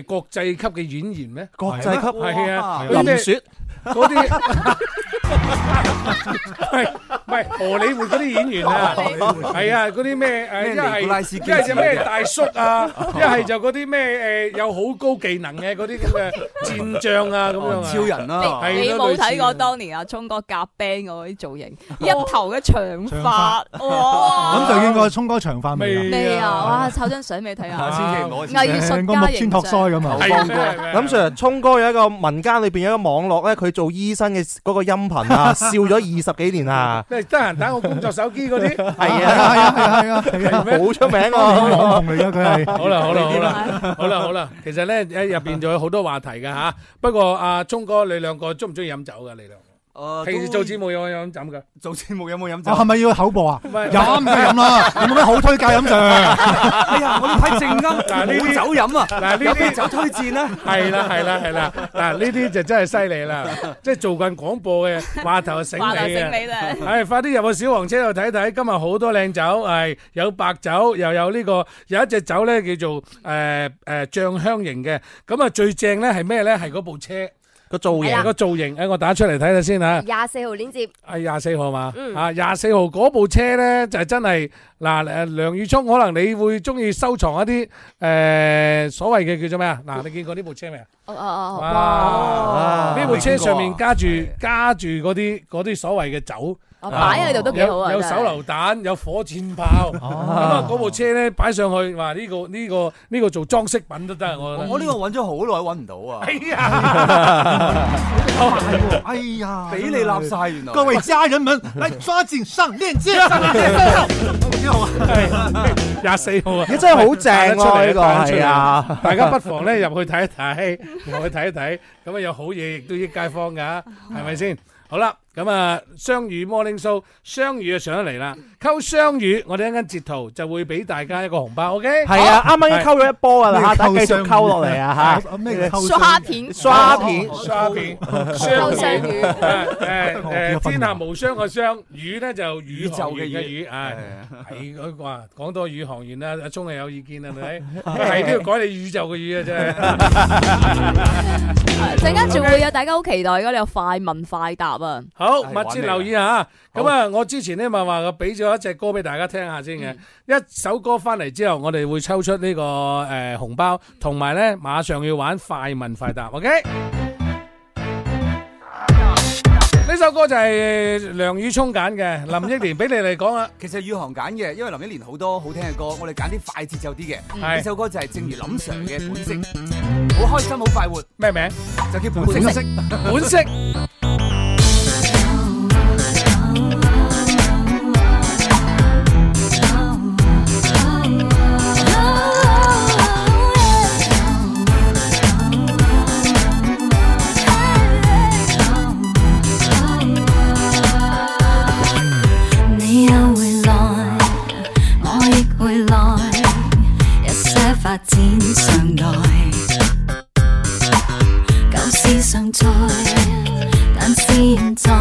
G: 誒國際級嘅演員咩？
F: 國際級
G: 係啊，
F: 哇
G: 嗰啲
F: 林雪
G: 嗰啲。 (laughs) 唔係荷里活嗰啲演員啊，係啊，嗰啲咩誒，
L: 咩
G: 一
L: 尼古拉
G: 係
L: 斯
G: 一
L: 基
G: 係就咩大叔啊，一係就嗰啲咩誒有好高技能嘅嗰啲咁嘅戰將啊咁樣啊，
L: 超人啦 (laughs)
G: 係
H: 你
G: 咯
H: 冇
G: 類似
H: 睇過當年阿聰哥夾 band 嗰啲造型，一頭嘅長髮，
G: 啊
H: 哇！
L: 啊
K: 咁就應該聰哥長髮未啊？
H: 未啊！哇，湊張相俾你睇下，
F: 啊
K: 千祈唔好
H: 藝術
K: 成個木
H: 家形
K: 村拓哉
H: 象。
K: 咁啊，
F: 投放過。林 Sir，聰哥有一個民間裏邊有一個網絡咧，佢做醫生嘅嗰個音
G: (laughs)
F: 頻啊，笑咗二十幾年啊，
G: 咩得閒打我工作手機嗰啲，
F: 係啊係啊係啊係啊啊好出名啊！
K: 紅嚟噶佢係。
G: 好啦好啦好啦好啦好啦，其實咧喺入邊仲有好多話題㗎吓。不過阿聰哥，你兩個中唔中意飲酒㗎？你兩個平時做節目有冇飲酒㗎？
L: 做 (laughs) 節目有冇飲酒？
K: 我哦係咪要口播啊？
G: 係
K: 飲就
G: (laughs)
K: 飲啦，有冇咩好推介飲上？ (laughs)
L: 哎呀，我哋睇正啱，
G: 嗱呢啲
L: 冇酒飲啊！
G: 嗱呢啲
L: 有咩酒推薦咧？
G: 係啦係啦係啦，嗱呢啲就真係犀利啦，即係做緊廣播嘅話頭就醒你
H: 話頭醒
G: 嘅。
H: 你啦，
G: 唉，快啲入去小黃車度睇睇，今日好多靚酒，係有白酒，又有呢、個有一隻酒咧叫做誒誒醬香型嘅，咁啊最正咧係咩咧？係嗰部車
F: 個造型
G: 個造型，誒我打出嚟睇睇先嚇，
I: 廿四號鏈接，
G: 係廿四號嘛，
I: 嗯
G: 啊廿四號嗰部車咧就真係嗱誒梁宇聰，可能你會中意收藏一啲誒、所謂嘅叫做 (laughs) 咩啊？嗱，你見過呢部車未啊？
H: 哦哦哦，
G: 哇！
F: 哇
G: 呢部車上面 (laughs) 加住加住嗰啲嗰啲所謂嘅酒，
H: 我擺喺度都幾好啊！
G: 有有
H: 真係
G: 手榴彈，有火箭炮，咁啊嗰部車咧擺上去，話呢個呢個呢個做裝飾品都得，我覺得。
L: 我呢個揾咗好耐揾唔到啊！
K: 哎呀，
L: 俾你立晒原來。
K: 各位家
G: (laughs)
K: 人們，來抓緊上鏈接。
G: 廿四號啊，
F: 你真係好正
G: 喂
F: 啊！呢
G: 打得出嚟打得
F: 個
G: 出嚟
F: 係啊，
G: 大家不妨咧入去睇一睇，入去睇一 (laughs) 睇，咁啊有好嘢亦都益街坊噶，係咪先？好啦，咁啊雙語 Morning Show，雙語就上得嚟啦，溝雙語，我哋一間截圖就會俾大家一個紅包，OK？
F: 係
G: 哦
F: 啊，啱啱已經溝咗一波啊啦，嚇，大
K: 扣
F: 家繼續溝落嚟啊嚇。
K: 咩扣上
H: 刷片，
F: 刷片
G: 沙片，
H: 雙
G: 雙
H: 語
G: 語，誒誒
K: 我結婚
G: 誒，天下
K: 啦
G: 無雙個雙，魚咧就宇宙嘅
L: 宇宙嘅
G: 魚，唉，係嗰個話講多宇航員啦，阿聰係有意見啊，係咪？係都要改你宇宙嘅魚啊，真係。
H: 呃陣間仲會有大家好期待嗰，你有快問快答
G: (laughs)
H: 啊！
G: 好，
L: 係
G: 密切留意下。咁啊，我之前咧咪話我俾咗一隻歌俾大家聽下先嘅，一首歌翻嚟之後，我哋會抽出呢個誒紅包，同埋咧馬上要玩快問快答，OK？呢首歌就係梁宇聰揀嘅，林憶蓮俾你嚟講啊，
L: 其實宇航揀嘅，因為林憶蓮好多好聽嘅歌，我哋揀啲快節奏啲嘅。
G: 係
L: 呢首歌就係正如林 Sir 嘅本色，好開心，好快活，
G: 咩名？
L: 就叫本色。
G: 本色。
M: 你也會來，我亦會來，一些發展常來，舊事常在，但是現在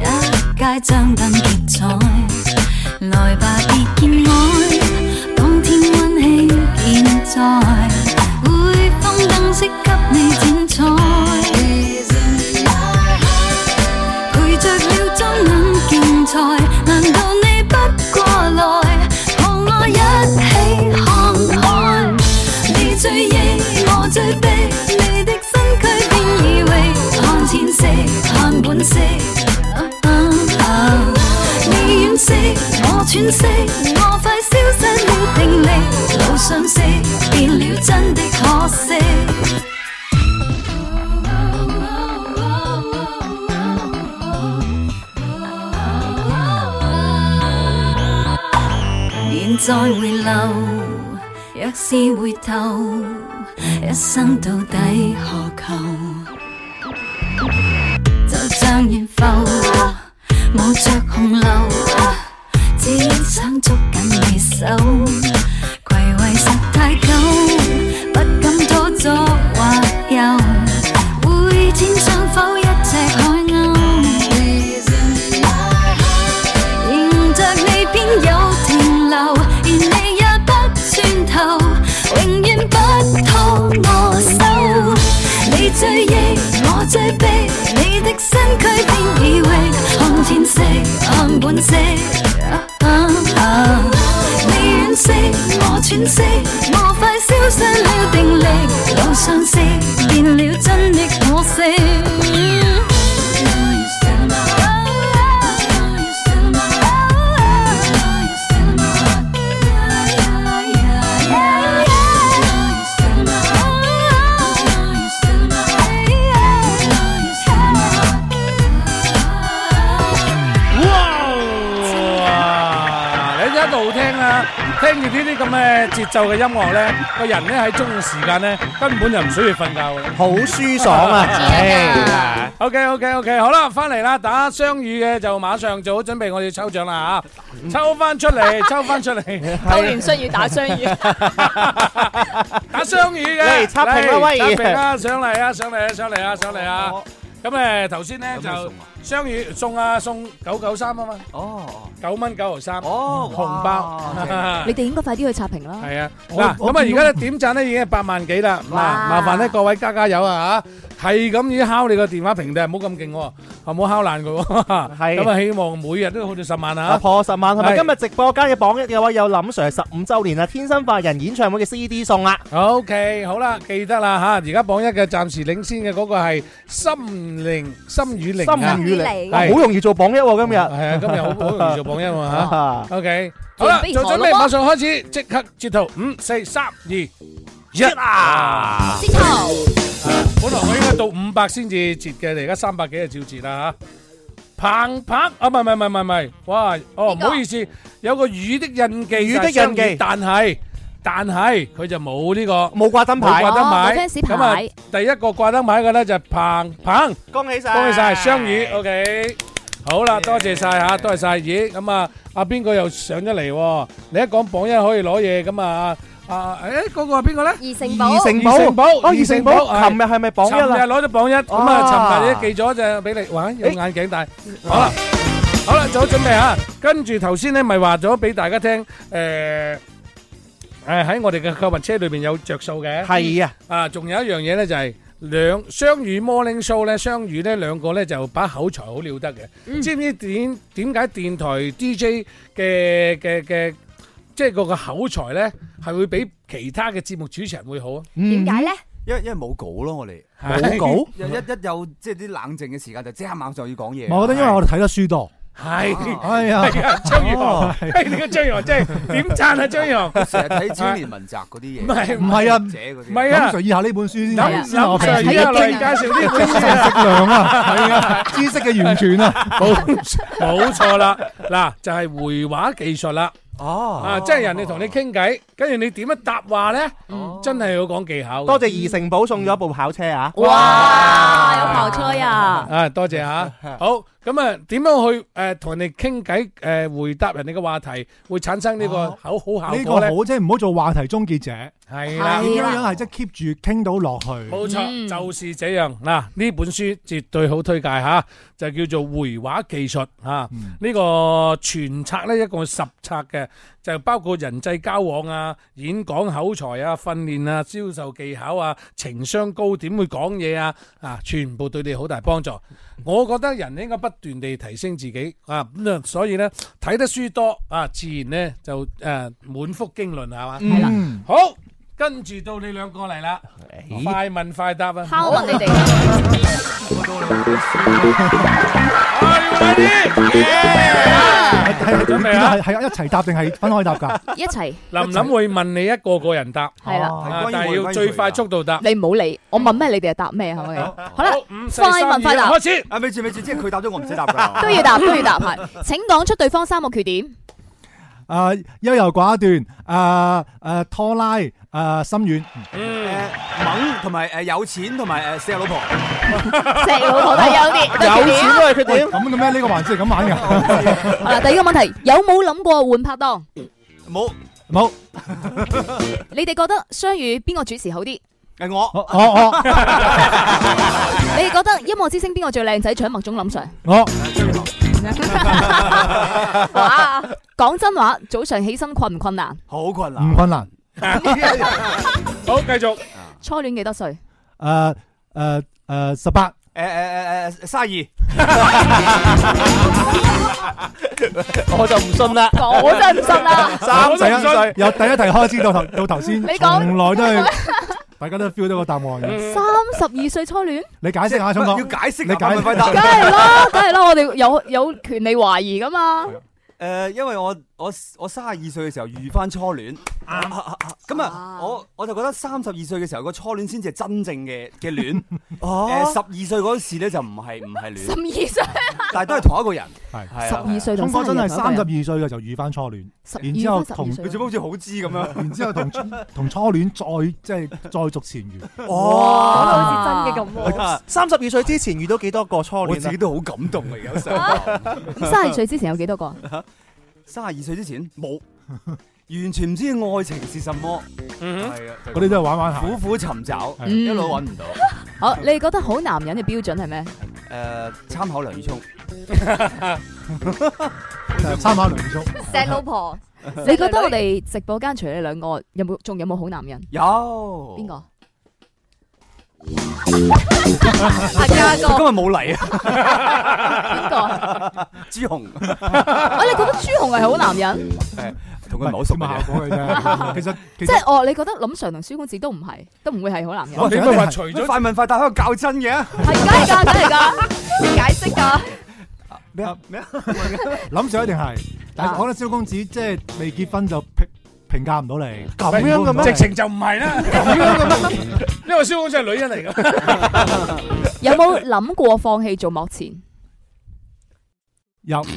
M: 一街張燈結彩，來吧別見愛，當天溫馨健在，會放燈飾給你剪彩。陪着了中冷競賽，難道你不過來同我一起看海？你最英，我最悲，你的身軀便以為看天色，看本色。啊啊你惋惜，我喘息，我快消失了定力，路上識變了真的可惜。現在回流，若是回頭，一生到底何求？就像懸浮，冒着洪流，只想捉緊你手，攜圍實太久，不敢多左或右，會天上否一隻海鷗？迎着你偏有停留，而你也不轉頭，永
J: 惋惜，我快消失了定力，路上是變了真的可惜。
G: à, à, 哇！你一路聽啊，聽住呢啲咁嘅節奏嘅音樂呢，個人呢喺中午時間呢，根本就唔需要瞓覺㗎啦。
F: 好舒爽啊，
G: (laughs)
F: 唉。
G: à, OK，OK，OK，好啦，返嚟啦，打雙語嘅就馬上做好準備，我要抽獎啦啊。抽返出嚟，抽返出嚟。 (laughs) 打雙語嘅，
F: 嚟，測評啦，
G: 嚟，
F: 喂。
G: 測評啦，上嚟啊，上嚟啊，上嚟啊，上嚟啊。咁，誒，頭先呢，就雙語送啊，送993啊嘛。9蚊9毫3紅包。 (laughs)
H: 你哋應該快啲去刷屏啦。
G: 係啊，
H: 我-
G: 嗱，
H: 我
G: 咁啊，
H: 見
G: 而家
H: 到
G: 咧點贊咧已經係八萬幾啦，嗱，
H: 哇
G: 麻煩咧各位加加油啊嚇，係咁已經敲你個電話屏嘅，唔好咁勁喎，啊唔好敲爛 (laughs) 佢喎，
F: 係
G: 咁啊希望每日都好到十萬啊
F: 突！破十萬，
G: 係
F: 同埋今日直播間嘅榜一嘅話有林 Sir 十五週年啦，啊天生快人演唱會嘅 CD 送啦。
G: 啊 OK，好啦，記得啦嚇，而家榜一嘅暫時領先嘅嗰個係心靈心與靈啊，
F: 心與靈哇
G: 係
F: 好容易做榜一喎今日。啊
G: 係啊，今日好好容易做榜一
F: (laughs)
G: 嘛嚇。OK，好
F: 準備
G: 啦，做準備，
F: 好啦
G: 馬上開始，即刻截圖，五四三二一啊！截圖。本來我應該到五百先至截嘅，你而家三百幾就照截啦嚇。彭彭啊，唔係唔係唔係唔係，哇！哦，唔好意思，有個魚的印記，
F: 魚的印記
G: 就係雙魚但係但係佢就冇呢個
F: 冇掛燈牌
G: 冇掛燈
F: 哦冇
G: 牌。
F: fans 牌
G: 咁啊，第一個掛燈牌嘅咧就係彭彭。
F: 恭喜晒，
G: 恭喜晒雙魚，OK。好啦，多謝晒嚇，多謝晒。咦，咁啊，阿邊個又上咗嚟喎？你一講榜一可以攞嘢咁啊！啊，誒嗰個係邊個咧？
I: 二成
F: 二成寶，
G: 二成寶，
F: 哦，二成寶，
G: 係
F: 琴日係咪榜一
G: 尋日
F: 啦？
G: 攞咗榜一，咁
F: 啊
G: 啊，尋日咧寄咗隻俾你，哇，有眼鏡戴，好啦，好啦，做好準備嚇。跟住頭先咧，咪話咗俾大家聽，誒。誒喺我哋嘅購物車裏邊有着數嘅，
F: 係啊，
G: 啊仲有一樣嘢咧就係兩雙語 morning show 咧，雙語咧兩個咧就把口才好了得嘅，知唔知點點解電台 DJ 嘅嘅嘅即係個個口才咧係會比其他嘅節目主持人會好啊？
I: 點解咧？
L: 因為因為冇稿咯，我哋
G: 係冇稿
L: 一一一有即係啲冷靜嘅時間，就即刻馬上要講嘢。
K: 我覺得因為我哋睇得書多，
G: 係，
K: 哎呀
G: 係啊，張宇
K: 哦
G: 航，係你個張宇航真係點贊啊，張宇航，
L: 成日睇青年文集嗰啲嘢，
G: 唔係
K: 唔係啊
L: 讀者嗰啲
G: 唔係
K: 林
G: 啊
K: Sir 以下呢本書
G: 諗
K: 先係先係
G: 諗
K: 我平
G: 上而
K: 時
G: 家
K: 嘅
G: 嚟介紹
K: (laughs)
G: 呢本
K: 精神
G: 書啊。
K: 食糧啊，係啊，知識嘅源泉啊，
G: (laughs) 冇冇錯啦，嗱就係回話技術啦。
F: 哦，
G: 啊，即係人哋同你傾偈，跟住你點樣答話咧？真係要講技巧嘅。
F: 多謝二成寶送咗一部跑車啊！
H: 哇，啊有跑車啊！
G: 啊，多謝
F: (laughs)
G: 啊！好，咁啊，點樣去誒同人哋傾偈誒回答人哋嘅話題，會產生呢個好好
K: 呢
G: 效
K: 個
G: 果咧？
K: 好即係唔好做話題終結者。
G: 係
K: 點
G: 啦，
K: 樣樣係即係 keep 住傾到落去。
G: 冇錯，就是這樣。嗱，呢本書絕對好推介吓，就叫做《回話技術》啊。呢個全冊呢，一共十冊嘅，就包括人際交往啊、演講口才啊、訓練啊、銷售技巧啊、情商高點會講嘢啊，啊，全部對你好大幫助。我覺得人應該不斷地提升自己啊，咁啊，所以呢，睇得書多啊，自然呢就誒、呃、滿腹經綸係嘛，係啦、好，跟住到你兩個嚟啦，快問快答啊，
H: 敲問你哋，
G: 準備啊
K: 係準備啊！係啊，一齊答定係分開答㗎？
H: 一齊
G: 林林會問你一個個人答，
H: 係啦。
G: 啊
L: 關於
G: 但係
L: 我
G: 要最快速度答。
H: 你唔好理，我問咩你哋就答咩，係咪？好啦，
G: 五四
H: 快
G: 三二
H: 問
G: 一
H: 快答
G: 開始，
L: 啊，咪住咪住，即係佢答咗我唔使答
H: (laughs)
L: 㗎。
H: 都
G: (laughs)
H: 要答，都要答，係。請講出對方三個缺點。
K: 啊，優柔寡斷，啊啊拖拉，啊心軟，
G: 嗯，
L: 呃猛同埋誒呃有錢同埋誒四啊老
H: (laughs)
L: 婆，
H: 石老婆係
L: (laughs)
H: 優啲，都缺
F: 有錢
H: 點。
F: 都係佢點？
K: 咁嘅咩？呢個環節係咁玩㗎？
H: 好啦，第二個問題，有冇諗過換拍檔？
L: 冇
K: 冇，
H: 你哋覺得雙語邊個主持好啲？
L: 誒
K: (laughs)
L: 我
K: 我我
H: 你哋覺得音樂之星邊個最靚仔？搶麥總林 Sir。
K: 我
H: 哇！講真話，早上起身困唔困難？
L: 好困
K: 唔
L: 難，
K: 困難。
G: (laughs) 好，繼續。
H: 初戀幾多歲？
K: 誒誒誒，十八
L: 誒誒誒誒沙二。
N: 我就唔信啦，
L: 我真 (laughs) 係唔信啦
N: 三十一歲，
K: 由第一題開始到頭到頭先，
H: 你講
K: 從來都係嗯大家都 feel 到個答案嘅。
H: 三十二歲初戀。
K: 你解釋下，想講
L: 要解釋，
K: 你解
L: 快
H: 梗係
K: (laughs)
H: 啦，梗係啦，我哋有有權利懷疑噶嘛。
L: 诶、呃因為我我我三十二歲嘅時候遇翻初戀，咁啊，我我就覺得三十二歲嘅時候個初戀先至係真正嘅嘅
K: (laughs)
L: 戀。
H: 哦
L: 诶，十二歲嗰時咧就唔係唔係
H: 十
L: 戀，
H: 二歲，
L: 但係都係啊同一個人。
K: 係
L: 12歲同
K: 聰哥真係
L: 生
K: 三
L: 日
K: 十
L: 嗰
K: 二歲嘅就遇翻初戀，然之後同
L: 你做乜好似好知咁樣？
K: (laughs) 然之
L: (laughs)
K: 後同同初戀再即係再續前緣。
L: 哇咁好似真嘅咁喎
F: 三十二歲之前遇到幾多個初戀啊？
L: 我自己都好感動啊！而家
H: (laughs) 三十二歲之前有幾多個啊？
L: 三十二歲之前冇， (laughs) 完全唔知愛情是什麼。係啊，
K: 嗰啲都係玩玩下
L: 苦苦尋找，
H: 嗯
L: 一路揾唔到。 (laughs)
H: 好，你哋覺得好男人嘅標準係咩？
L: 诶，參考梁
H: (laughs)
L: 宇聰，
K: 參考梁宇聰。
I: 錫老婆，
H: (laughs) 你覺得我哋直播間除你兩個，有冇仲有冇好男人？
L: 有邊
H: 個？
L: 阿
H: 嘉
L: 今
H: 哥
L: 日冇嚟啊！ (laughs) 邊個？朱紅。
H: 我哦你覺得朱紅係好男人？
L: 誒，同佢唔係好熟嘅
K: 效果嘅
L: (laughs)
K: 啫。其實
H: 即係哦，你覺得林 Sir 同蕭公子都唔係，都唔會係好男人。
L: 你咪話除咗快問快答喺度教真嘅，
H: 梗係㗎，梗係㗎，解釋㗎。
L: 咩啊咩啊？
K: 諗住一定係，但係我覺得蕭公子即係未結婚就評評價唔到你，
G: 咁樣嘅咩直情就唔係啦咁樣嘅咩因為蕭公子係女人嚟㗎。
H: 有冇諗過放棄做幕前？
K: 有。
L: (laughs)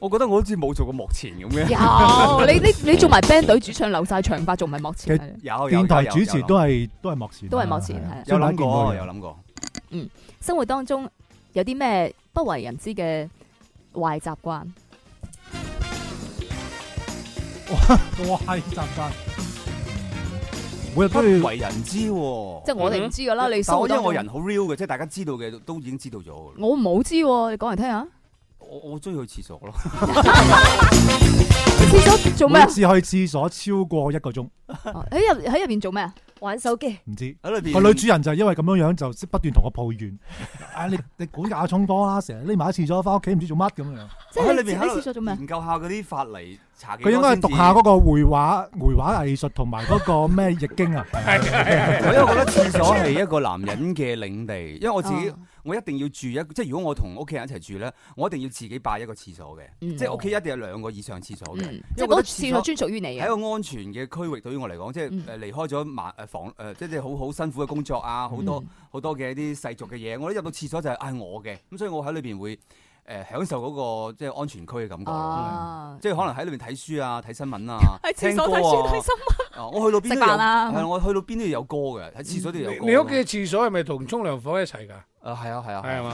L: 我覺得我好似冇做過幕前咁嘅。
H: 有你你你做埋 band 隊主唱，留晒長髮，仲唔係幕前啊係
L: 有 (laughs) 有有
K: 電台
L: 有
K: 主持
L: 有
K: 都係都係幕前，
H: 都係幕前係啊
L: 有諗過，
K: 所
L: 有
K: 以大家見到佢
L: 諗過。
H: 嗯，生活當中有啲咩不為人知嘅壞習慣？
K: (laughs) 哇！壞習慣，每日都要
L: 為人知喎。
H: 即係我哋唔知㗎啦
L: 嗯
H: 你
L: 但
H: 生
L: 我
H: 活
L: 因為
H: 當中
L: 我人好 real 嘅，即係大家知道嘅都已經知道咗。
H: 我冇知喎，你講嚟聽下。
L: 我我中意去廁所咯。
H: 廁所做咩啊哦
K: 每？次去廁所超過一個鐘，
H: 喺入喺入邊做咩啊？嗯
I: 玩手機。
K: 唔知
L: 喺裏邊
K: 個女主人就係因為咁樣樣就不斷同我
G: (laughs)
K: 抱怨：，啊你你管架重多啦，成日匿埋喺廁所，翻屋企唔知做乜咁樣。
L: 我喺裏邊
H: 喺廁所
L: 喺
H: 做
L: 度
H: 咩
L: 研究下嗰啲法例，查幾
K: 佢
L: 多
K: 應該係讀下嗰個繪畫、繪畫藝術同埋嗰個咩易
G: (laughs)
K: 經啊。
L: 我因為覺得廁所係一個男人嘅領地，因為我自己
K: 啊
L: 我一定要住一，即係如果我同屋企人一齊住咧，我一定要自己霸一個廁所嘅，
H: 嗯
L: 即係屋企一定有兩個以上廁所嘅。
H: 嗯
L: 因為
H: 即係嗰
L: 我覺得
H: 廁所專屬於你嘅
L: 喺
H: (laughs)
L: 一個安全嘅區域，對於我嚟講，即係
H: 嗯
L: 誒離開咗麻誒房誒，即係好好辛苦嘅工作啊，好多
K: 嗯
L: 好多嘅一啲世俗嘅嘢，我一入到廁所就係嗌我嘅，咁所以我喺裏邊會。誒享受嗰個即係安全區嘅感覺
H: 咯
L: 即係可能喺裏邊睇書啊、睇新聞啊、
H: 哦 (laughs) 喺廁
L: 聽歌
H: 所睇書睇
L: 啊
H: 新聞
L: (laughs) 哦我去到邊
H: 食
L: 都有，
H: 飯啊
L: 係我去到邊都要有歌嘅，喺廁所都要有歌。
G: 你屋企嘅廁所係咪同沖涼房一齊㗎？
L: 啊係啊係啊，
G: 係嘛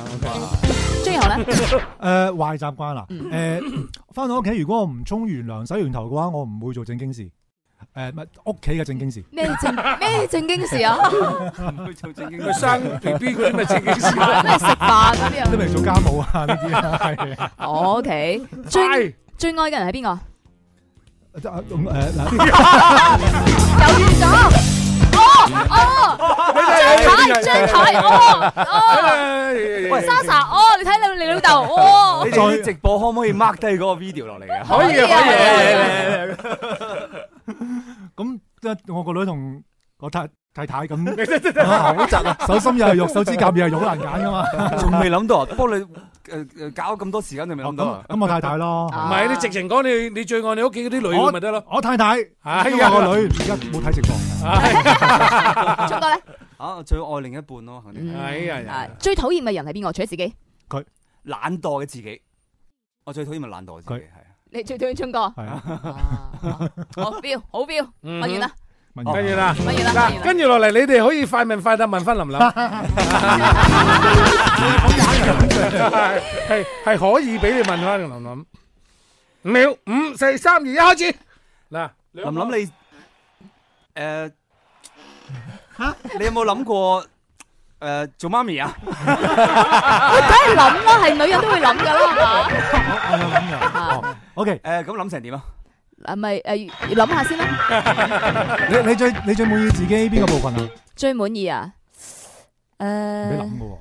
H: 最後咧，
K: 誒壞習慣啦，
G: 嗯
K: 誒翻到屋企如果我唔沖完涼、洗完頭嘅話，我唔會做正經事。誒唔係屋企嘅正經事，
H: 咩正咩正經事啊？
L: 唔會做正經
G: 佢生 B B 嗰啲咪正經事
H: 咯咩食飯嗰啲啊
K: (laughs) 都未做家務啊呢
G: (laughs)
K: 啲啊，係。
H: O K，最最愛嘅人係邊個？
K: 誒嗱，
H: 有預咗。哦哦，張太張太哦
G: 哎
H: 哦，莎莎哦，你睇你你老豆哦
L: 你。哋啲直播可唔可以 mark 低嗰個 video 落嚟嘅？
G: 可以啊可以啊
K: (laughs) 咁即係我個女同我太太太
G: (laughs)
K: 咁，啊
L: 好窒啊！
K: 手心又係肉，手指甲又係肉，好難揀噶嘛。
L: (laughs) 仲未諗到啊！不過你誒誒搞咗咁多時間，你未諗到啊？
K: 咁我太太咯，
G: 唔係你直情講你你最愛你屋企嗰啲女嘅咪得咯。
K: 我太太，
G: 哎
K: 因為
G: 呀
K: 我個女而家冇睇直播，
G: 啊
H: 中國咧，
L: 啊，最愛另一半咯，肯定係。
G: 哎呀
H: 啊最討厭嘅人係邊個？除咗自己，
K: 佢
L: 懶惰嘅自己，我最討厭咪懶惰嘅自己係啊。
H: 你最討厭中國。好標好標，問完啦。
K: 跟
G: 住啦，
H: 問完啦問完啦
G: 嗱，跟住落嚟，你哋可以快問快答問翻林
H: (laughs)
G: 林，係係可以俾你問翻林林。五秒，五四三二一，開始。嗱，
L: 林林你誒，你有冇諗過誒做媽咪啊？
H: 梗係諗啦，係女人都會諗㗎啦，
K: 係嘛？O K，
L: 誒咁諗成點啊？
H: 啊咪誒諗下先啦。
K: 你你最你最滿意自己邊個部分啊？
H: 最滿意啊？诶，
K: 唔俾諗㗎喎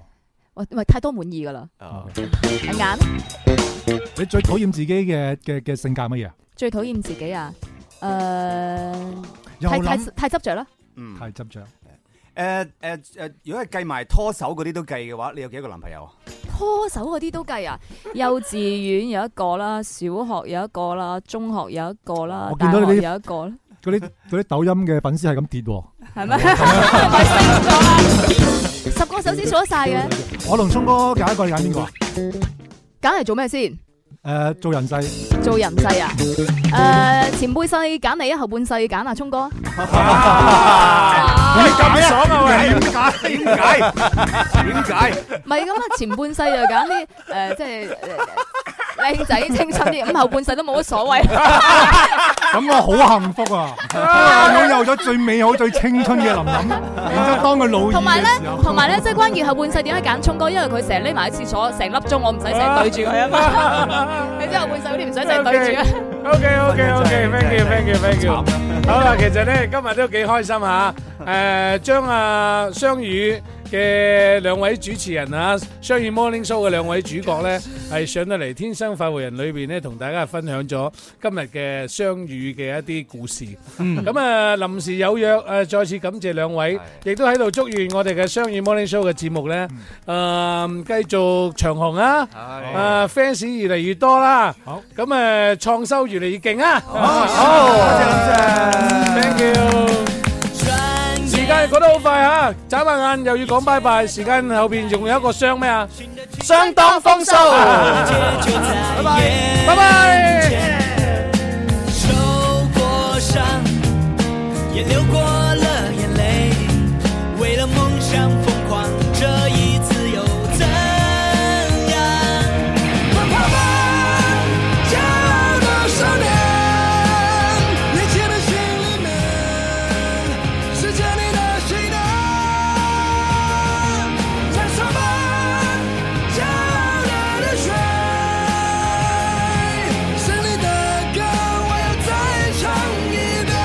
H: 喂喂，太多滿意噶啦，眼
K: 你最討厭自己嘅嘅嘅性格乜嘢？
H: 最討厭自己啊，诶，
K: 又
H: 太太
K: 諗
H: 太執着啦，
L: 嗯，
K: 太執着。
L: 誒誒誒，如果係計埋拖手嗰啲都計嘅話，你有幾多個男朋友啊？
H: 拖手嗰啲都計
K: (laughs)
H: 啊，幼稚園有一個啦，小學有一個啦，中學有一個啦
K: 我，見
H: 大
K: 到
H: 學
K: 你啲
H: 有一個啦，
K: 嗰啲嗰啲抖音嘅粉絲係咁跌喎。
H: 係
K: (laughs)
H: 咩？咪升咗啦，十個手指數得晒嘅，
K: 我同聰哥揀一個，你揀邊個啊？
H: 梗係做咩先？
K: 誒，做人世。
H: 做人世啊？诶、前半世揀你，後半世揀啊阿聰
K: (laughs)
H: 哥。
L: 你
G: 咁爽啊喂！
L: 點解？點解？點解？
H: 唔係咁啊，前半世就揀啲诶，即係呃靚仔青春啲，咁後半世都冇乜所謂。
K: (laughs)
H: (laughs)
K: 咁我好幸福啊！我擁有咗最美好、最青春嘅林林，然之後當佢老
H: 同埋
K: 二
H: 咧
K: 嘅時候，，
H: 同埋咧，即係關鍵後半世點解揀聰哥？因為佢成日匿埋喺廁所成粒鐘，我唔使成日對住佢啊嘛。你知後半世嗰啲唔使成日對住啊。
G: OK OK OK thank you thank you thank you Ờ, 好啦，其實咧今日都幾開心嚇，誒將啊雙語嘅兩位主持人啊，雙語 Morning Show 嘅兩位主角咧係上到嚟《天生快活人》裏邊咧，同大家分享咗今日嘅雙語嘅一啲故事。
K: 嗯
G: 咁啊臨時有約誒，再次感謝兩位，亦都喺度祝願我哋嘅雙語 Morning Show 嘅節目咧誒繼續長紅啊！誒 fans 越嚟越多啦，好咁誒創收越嚟越勁啊！好，多謝 thank you。時間過得好快啊！眨下眼又要講拜拜，時間後邊仲有一個雙咩啊？相當豐收，拜拜，拜拜。
E: 受过伤，也流过了眼泪，为了梦想疯狂，这一次又怎样？奔跑吧，骄傲的少年，年轻的心里面是着你的心的，燃烧吧，骄傲的热血。胜利的歌，我要再唱一遍。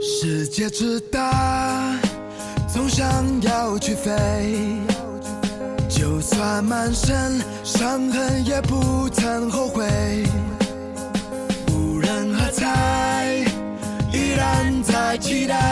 E: 世界之大，总想要去飞，就算满身伤痕也不曾后悔。无人喝彩，依然在期待，